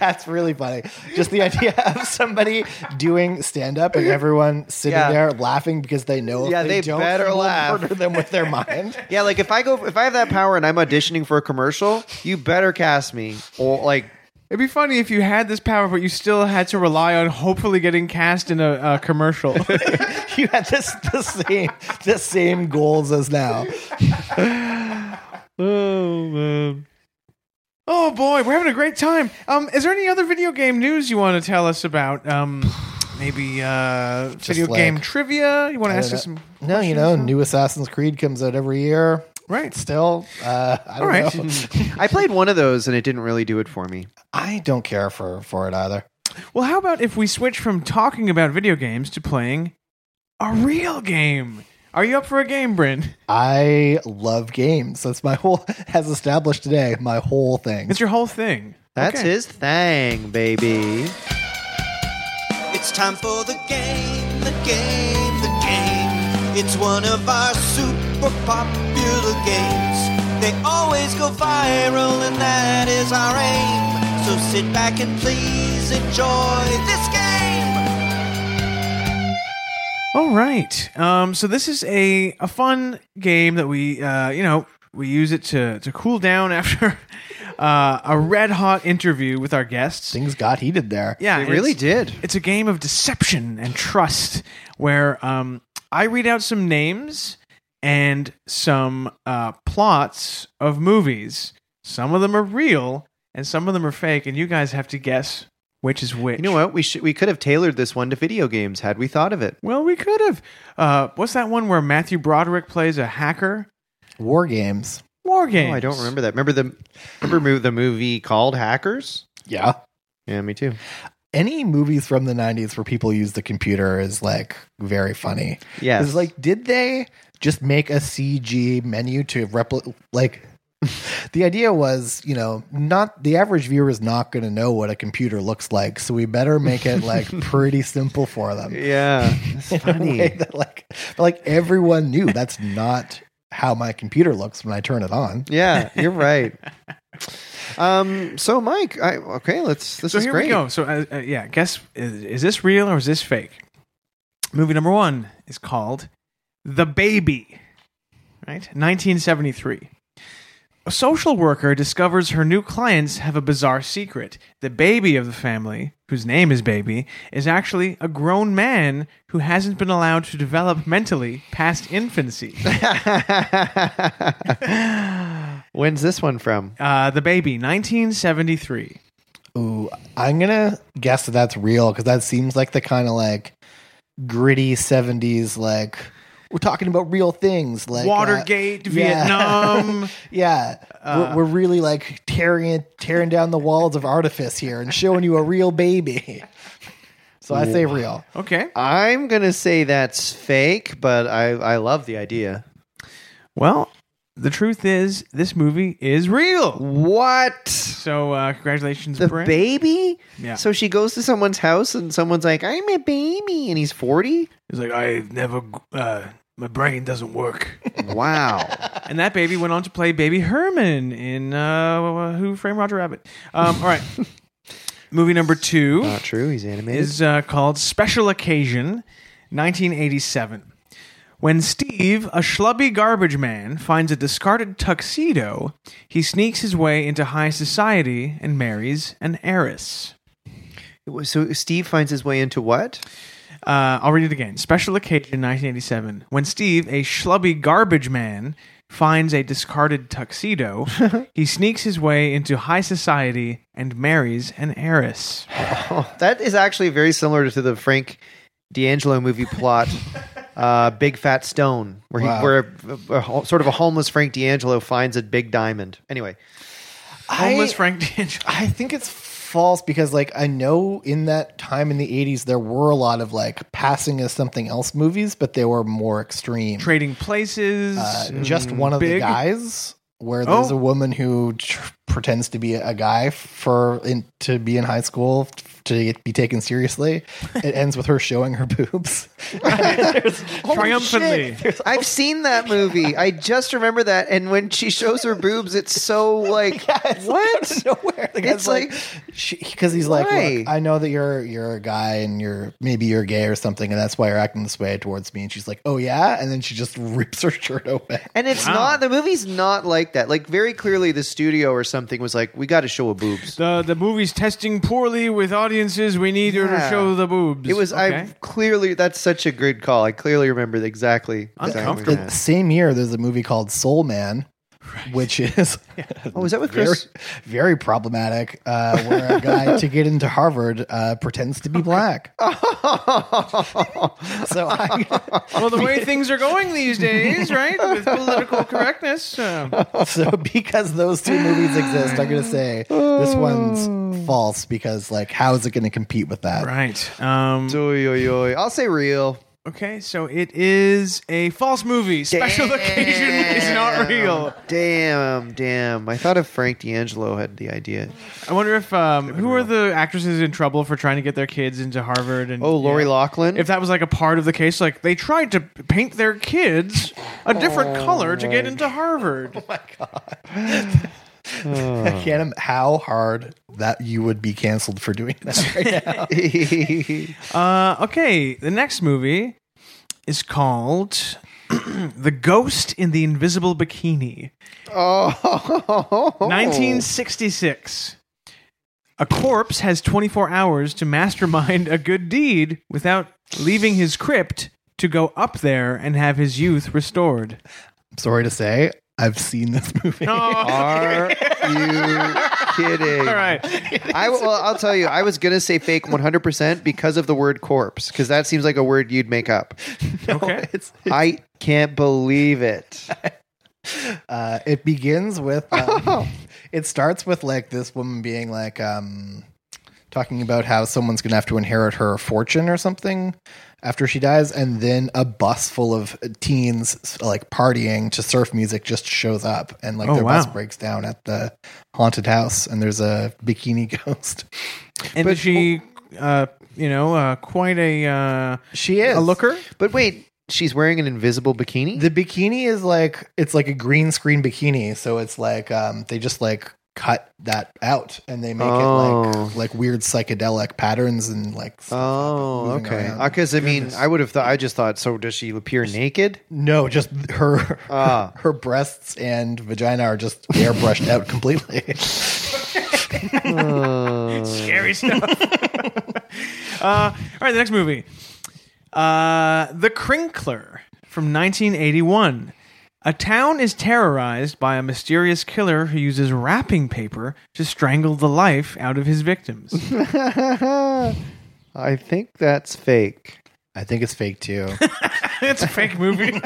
[SPEAKER 3] That's really funny. Just the idea of somebody doing stand up and everyone sitting
[SPEAKER 1] Yeah.
[SPEAKER 3] there laughing because they know if
[SPEAKER 1] Yeah,
[SPEAKER 3] they,
[SPEAKER 1] they
[SPEAKER 3] don't,
[SPEAKER 1] better
[SPEAKER 3] people will
[SPEAKER 1] laugh.
[SPEAKER 3] murder them with their mind.
[SPEAKER 1] Yeah, like if I go if I have that power and I'm auditioning for a commercial, you better cast me or like
[SPEAKER 2] It'd be funny if you had this power, but you still had to rely on hopefully getting cast in a, a commercial.
[SPEAKER 3] you had this the same the same goals as now.
[SPEAKER 2] oh man. Oh boy, we're having a great time. Um, is there any other video game news you want to tell us about? Um, maybe uh, video
[SPEAKER 3] like-
[SPEAKER 2] game trivia. You want to ask
[SPEAKER 3] don't
[SPEAKER 2] us some?
[SPEAKER 3] uh, No, you know, new Assassin's Creed comes out every year.
[SPEAKER 2] Right.
[SPEAKER 3] Still, uh, I don't
[SPEAKER 2] right.
[SPEAKER 3] know.
[SPEAKER 1] I played one of those and it didn't really do it for me.
[SPEAKER 3] I don't care for for it either.
[SPEAKER 2] Well, how about if we switch from talking about video games to playing a real game? Are you up for a game, Bryn?
[SPEAKER 3] I love games. That's my whole, as established today, my whole thing.
[SPEAKER 2] It's your whole thing.
[SPEAKER 1] That's
[SPEAKER 2] Okay.
[SPEAKER 1] his thing, baby.
[SPEAKER 6] It's time for the game, the game, the game. It's one of our super popular games. They always go viral, and that is our aim. So sit back and please enjoy this game.
[SPEAKER 2] All right. Um, so this is a, a fun game that we uh, you know we use it to to cool down after uh, a red hot interview with our guests.
[SPEAKER 3] Things got heated there.
[SPEAKER 2] Yeah,
[SPEAKER 1] They really
[SPEAKER 2] it's-
[SPEAKER 1] did.
[SPEAKER 2] It's a game of deception and trust where um, I read out some names and some uh, plots of movies. Some of them are real and some of them are fake, and you guys have to guess which is which.
[SPEAKER 1] You know what? We should we could have tailored this one to video games had we thought of it.
[SPEAKER 2] Well, we could have. Uh, what's that one where Matthew Broderick plays a hacker?
[SPEAKER 3] War games.
[SPEAKER 2] War game.
[SPEAKER 1] Oh, I don't remember that. Remember the remember mo- the movie called Hackers?
[SPEAKER 3] Yeah.
[SPEAKER 1] Yeah, me too.
[SPEAKER 3] Any movies from the 90s where people use the computer is like very funny.
[SPEAKER 1] Yes.
[SPEAKER 3] It's like, did they just make a CG menu to replicate? Like, the idea was, you know, not the average viewer is not going to know what a computer looks like. So we better make it like pretty simple for them.
[SPEAKER 1] Yeah, it's
[SPEAKER 3] in a way
[SPEAKER 1] funny.
[SPEAKER 3] that, like, but, like everyone knew that's not how my computer looks when I turn it on.
[SPEAKER 1] Yeah, you're right. Um. So, Mike, I, okay, let's. This
[SPEAKER 2] So
[SPEAKER 1] is
[SPEAKER 2] here
[SPEAKER 1] great.
[SPEAKER 2] we go. So uh, uh, yeah, guess is, is this real or is this fake? Movie number one is called The Baby, right? 1973. A social worker discovers her new clients have a bizarre secret. The baby of the family, whose name is Baby, is actually a grown man who hasn't been allowed to develop mentally past infancy.
[SPEAKER 1] When's this one from?
[SPEAKER 2] Uh, the Baby, 1973.
[SPEAKER 3] Ooh, I'm gonna guess that that's real because that seems like the kind of like gritty 70s like. We're talking about real things like uh,
[SPEAKER 2] Watergate,
[SPEAKER 3] yeah.
[SPEAKER 2] Vietnam. Uh,
[SPEAKER 3] Yeah, we're, we're really like tearing it, tearing down the walls of artifice here and showing you a real baby. So I say real.
[SPEAKER 2] Okay.
[SPEAKER 1] I'm gonna say that's fake, but I I love the idea.
[SPEAKER 2] Well, the truth is, this movie is real.
[SPEAKER 1] What?
[SPEAKER 2] So, uh, congratulations,
[SPEAKER 1] The
[SPEAKER 2] Brent.
[SPEAKER 1] baby?
[SPEAKER 2] Yeah.
[SPEAKER 1] So she goes to someone's house and someone's like, I'm a baby. And he's 40?
[SPEAKER 2] He's like, I've never, uh, my brain doesn't work.
[SPEAKER 1] Wow.
[SPEAKER 2] and that baby went on to play Baby Herman in uh, Who Framed Roger Rabbit. Um, all right. movie number two.
[SPEAKER 1] Not true. He's animated.
[SPEAKER 2] is uh, called Special Occasion 1987. When Steve, a schlubby garbage man, finds a discarded tuxedo, he sneaks his way into high society and marries an heiress.
[SPEAKER 1] so Steve finds his way into what?
[SPEAKER 2] Uh, I'll read it again. Special occasion 1987 when Steve, a schlubby garbage man, finds a discarded tuxedo, he sneaks his way into high society and marries an heiress.
[SPEAKER 1] Oh, That is actually very similar to the Frank D'Angelo movie plot, uh, Big Fat Stone, where he,
[SPEAKER 3] Wow.
[SPEAKER 1] where a, a ho- sort of a homeless Frank D'Angelo finds a big diamond. Anyway,
[SPEAKER 2] Homeless
[SPEAKER 3] I-
[SPEAKER 2] Frank D'Angelo.
[SPEAKER 3] I think it's false because like I know in that time in the 80s there were a lot of like passing as something else movies, but they were more extreme.
[SPEAKER 2] Trading places.
[SPEAKER 3] Uh, just one of the
[SPEAKER 2] big-
[SPEAKER 3] guys where there's
[SPEAKER 2] Oh.
[SPEAKER 3] a woman who tr- pretends to be a guy for in, to be in high school f- to get, be taken seriously. It ends with her showing her boobs.
[SPEAKER 2] Triumphantly.
[SPEAKER 1] I've seen that movie. I just remember that, and when she shows her boobs, it's so like what?
[SPEAKER 3] nowhere. The guy's
[SPEAKER 1] It's
[SPEAKER 3] like,
[SPEAKER 1] like-
[SPEAKER 3] because he's like,
[SPEAKER 1] Why?
[SPEAKER 3] Look, I know that you're you're a guy and you're maybe you're gay or something, and that's why you're acting this way towards me. And she's like, oh yeah, and then she just rips her shirt open.
[SPEAKER 1] And it's
[SPEAKER 2] Wow.
[SPEAKER 1] not the movie's not like that. Like very clearly, the studio or something was like, we got to show a boobs.
[SPEAKER 2] The, the movie's testing poorly with audiences. We need her to
[SPEAKER 1] Yeah.
[SPEAKER 2] show the boobs.
[SPEAKER 1] It was
[SPEAKER 2] Okay.
[SPEAKER 1] I clearly that's such a good call. I clearly remember exactly. exactly
[SPEAKER 2] Uncomfortable.
[SPEAKER 3] The
[SPEAKER 1] that.
[SPEAKER 3] same year, there's a movie called Soul Man, which is
[SPEAKER 1] Oh, was that with Chris?
[SPEAKER 3] very problematic, uh, where a guy to get into Harvard uh, pretends to be black. so I,
[SPEAKER 2] Well, the way things are going these days, right? With political correctness. uh,
[SPEAKER 3] so because those two movies exist, I'm gonna say this one's false because like how is it gonna compete with that?
[SPEAKER 2] right. Um,
[SPEAKER 1] Oy, oy, oy. I'll say real.
[SPEAKER 2] okay, so it is a false movie. Special occasion is not real.
[SPEAKER 1] Damn, damn. I thought if Frank D'Angelo had the idea.
[SPEAKER 2] I wonder if um, who are the actresses in trouble for trying to get their kids into Harvard and
[SPEAKER 1] Oh, Lori
[SPEAKER 2] yeah.
[SPEAKER 1] Loughlin.
[SPEAKER 2] If that was like a part of the case, like they tried to paint their kids a different
[SPEAKER 1] Oh
[SPEAKER 2] color to get into Harvard.
[SPEAKER 3] I can't im- how hard that you would be canceled for doing that right now.
[SPEAKER 2] Uh, okay, the next movie is called The Ghost in the Invisible Bikini.
[SPEAKER 1] oh,
[SPEAKER 2] 1966. A corpse has 24 hours to mastermind a good deed without leaving his crypt to go up there and have his youth restored.
[SPEAKER 3] Sorry to say, I've seen this movie. Oh.
[SPEAKER 1] Are you kidding?
[SPEAKER 2] All right.
[SPEAKER 1] I well, I'll tell you. I was gonna say fake 100 percent because of the word corpse, because that seems like a word you'd make up.
[SPEAKER 2] Okay.
[SPEAKER 3] It's-
[SPEAKER 1] I can't believe it.
[SPEAKER 3] uh, it begins with um, it starts with like this woman being like um, talking about how someone's gonna have to inherit her fortune or something after she dies and then a bus full of teens like partying to surf music just shows up and like
[SPEAKER 2] Oh,
[SPEAKER 3] their
[SPEAKER 2] wow.
[SPEAKER 3] bus breaks down at the haunted house and there's a bikini ghost
[SPEAKER 2] And is she, uh, you know, uh, quite a uh,
[SPEAKER 3] she is
[SPEAKER 2] a looker?
[SPEAKER 1] But wait, she's wearing an invisible bikini.
[SPEAKER 3] The bikini is like it's like a green screen bikini, so it's like um they just like cut that out and they make it
[SPEAKER 1] Oh.
[SPEAKER 3] like like weird psychedelic patterns and like s-
[SPEAKER 1] Oh,
[SPEAKER 3] Moving
[SPEAKER 1] okay.
[SPEAKER 3] around.
[SPEAKER 1] Because I mean, I would have thought. I just thought. So does she appear naked?
[SPEAKER 3] no, just her
[SPEAKER 1] Ah.
[SPEAKER 3] her breasts and vagina are just airbrushed out completely.
[SPEAKER 2] Scary stuff. uh, all right, the next movie, uh, The Crinkler from 1981. A town is terrorized by a mysterious killer who uses wrapping paper to strangle the life out of his victims.
[SPEAKER 1] I think that's fake.
[SPEAKER 3] I think it's fake too.
[SPEAKER 2] it's a fake movie.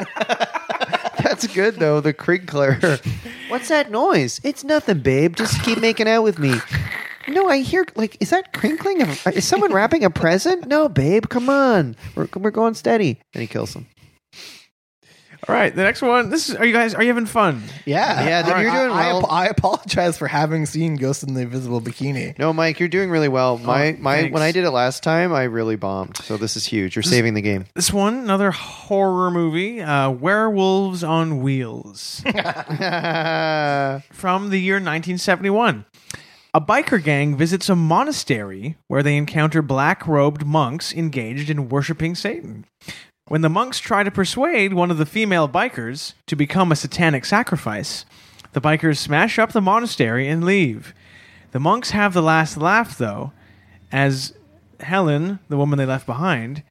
[SPEAKER 1] That's good though. The crinkler. What's that noise? It's nothing, babe. Just keep making out with me. No, I hear like is that crinkling? Of, is someone wrapping a present? No, babe. Come on. We're we're going steady. And he kills him.
[SPEAKER 2] All right, the next one. This is. Are you guys? Are you having fun?
[SPEAKER 3] Yeah,
[SPEAKER 1] Yeah, then you're
[SPEAKER 3] I-
[SPEAKER 1] doing
[SPEAKER 3] I,
[SPEAKER 1] well.
[SPEAKER 3] I, apologize for having seen Ghost in the Invisible Bikini.
[SPEAKER 1] No, Mike, you're doing really well. My my
[SPEAKER 2] thanks.
[SPEAKER 1] when I did it last time, I really bombed. So this is huge. You're saving the game.
[SPEAKER 2] This one, another horror movie, uh, Werewolves on Wheels. from the year 1971. A biker gang visits a monastery where they encounter black robed monks engaged in worshiping Satan. When the monks try to persuade one of the female bikers to become a satanic sacrifice, the bikers smash up the monastery and leave. The monks have the last laugh, though, as Helen, the woman they left behind,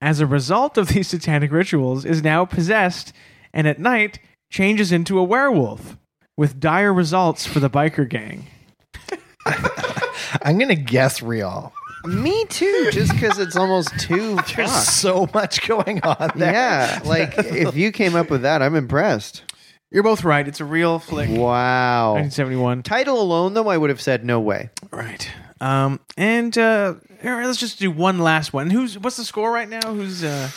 [SPEAKER 2] as a result of these satanic rituals, is now possessed and at night changes into a werewolf with dire results for the biker gang.
[SPEAKER 3] I'm gonna guess real.
[SPEAKER 1] Me too, just because it's almost too.
[SPEAKER 3] There's
[SPEAKER 1] fucked.
[SPEAKER 3] so much going on there.
[SPEAKER 1] Yeah, like if you came up with that, I'm impressed.
[SPEAKER 2] You're both right. It's a real flick.
[SPEAKER 1] Wow.
[SPEAKER 2] 1971.
[SPEAKER 1] Title alone, though, I would have said no way.
[SPEAKER 2] Right. Um, and uh, all right, let's just do one last one. Who's what's the score right now? Who's uh,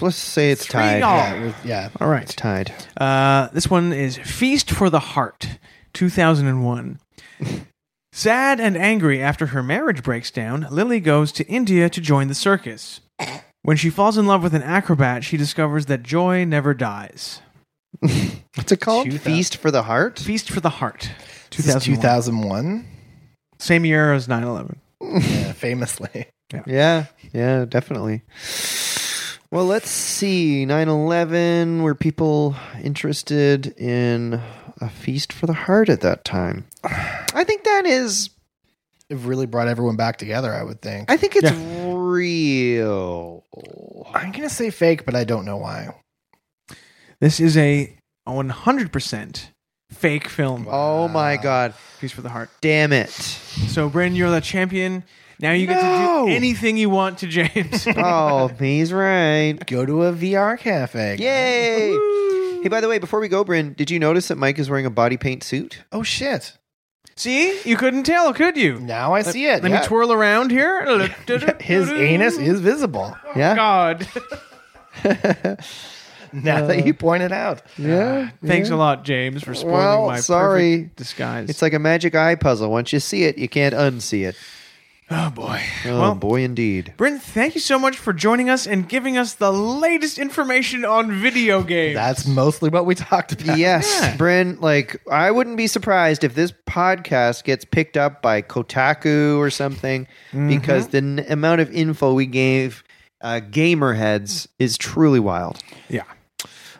[SPEAKER 1] Let's say it's tied.
[SPEAKER 2] all.
[SPEAKER 1] Yeah,
[SPEAKER 3] It was- yeah.
[SPEAKER 2] all right?
[SPEAKER 1] It's tied.
[SPEAKER 2] Uh, this one is Feast for the Heart, 2001. Sad and angry after her marriage breaks down, Lily goes to India to join the circus. When she falls in love with an acrobat, she discovers that joy never dies.
[SPEAKER 1] What's it called?
[SPEAKER 3] Two thou-
[SPEAKER 1] Feast for the Heart.
[SPEAKER 2] Feast for the Heart,
[SPEAKER 3] This is
[SPEAKER 2] 2001.
[SPEAKER 3] 2001.
[SPEAKER 2] Same year as 9 11.
[SPEAKER 3] Yeah, famously.
[SPEAKER 1] Yeah, yeah, definitely. Well, let's see. 9 11, were people interested in a feast for the heart at that time? I think that is,
[SPEAKER 3] It really brought everyone back together, I would think.
[SPEAKER 1] I think it's real.
[SPEAKER 3] I'm gonna say fake, but I don't know why.
[SPEAKER 2] This is a 100% fake film,
[SPEAKER 1] Oh my God.
[SPEAKER 2] Feast for the Heart.
[SPEAKER 1] Damn it.
[SPEAKER 2] So, Brandon, you're the champion. Now you get
[SPEAKER 1] No!
[SPEAKER 2] to do anything you want to James.
[SPEAKER 1] Oh, he's right.
[SPEAKER 3] Go to a VR cafe.
[SPEAKER 1] Yay! Hey, by the way, before we go, Bryn, did you notice that Mike is wearing a body paint suit?
[SPEAKER 3] Oh shit!
[SPEAKER 2] See, you couldn't tell, could you?
[SPEAKER 3] Now I see it.
[SPEAKER 2] Let
[SPEAKER 3] yeah.
[SPEAKER 2] me twirl around here.
[SPEAKER 3] His anus is visible.
[SPEAKER 1] Yeah.
[SPEAKER 2] Oh, God.
[SPEAKER 3] Now that you point it out,
[SPEAKER 1] Yeah.
[SPEAKER 2] Thanks a lot, James, for spoiling
[SPEAKER 1] Well,
[SPEAKER 2] my
[SPEAKER 1] sorry.
[SPEAKER 2] perfect disguise.
[SPEAKER 1] It's like a magic eye puzzle. Once you see it, you can't unsee it.
[SPEAKER 2] oh boy.
[SPEAKER 1] Oh,
[SPEAKER 2] well,
[SPEAKER 1] boy, indeed.
[SPEAKER 2] Brent, thank you so much for joining us and giving us the latest information on video games.
[SPEAKER 3] that's mostly what we talked about.
[SPEAKER 1] Yes,
[SPEAKER 2] Yeah.
[SPEAKER 1] Bryn, like, I wouldn't be surprised if this podcast gets picked up by Kotaku or something
[SPEAKER 3] Mm-hmm.
[SPEAKER 1] because the n- amount of info we gave uh, gamer heads is truly wild.
[SPEAKER 2] yeah.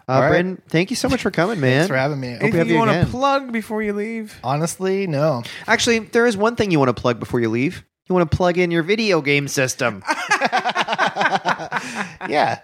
[SPEAKER 1] Uh,
[SPEAKER 3] right.
[SPEAKER 1] Bryn, thank you so much for coming, man.
[SPEAKER 3] Thanks for having me.
[SPEAKER 1] have
[SPEAKER 2] Anything you,
[SPEAKER 1] you
[SPEAKER 2] want to
[SPEAKER 1] again.
[SPEAKER 2] plug before you leave?
[SPEAKER 3] Honestly, no.
[SPEAKER 1] Actually, there is one thing you want to plug before you leave. You want to plug in your video game system.
[SPEAKER 3] Yeah.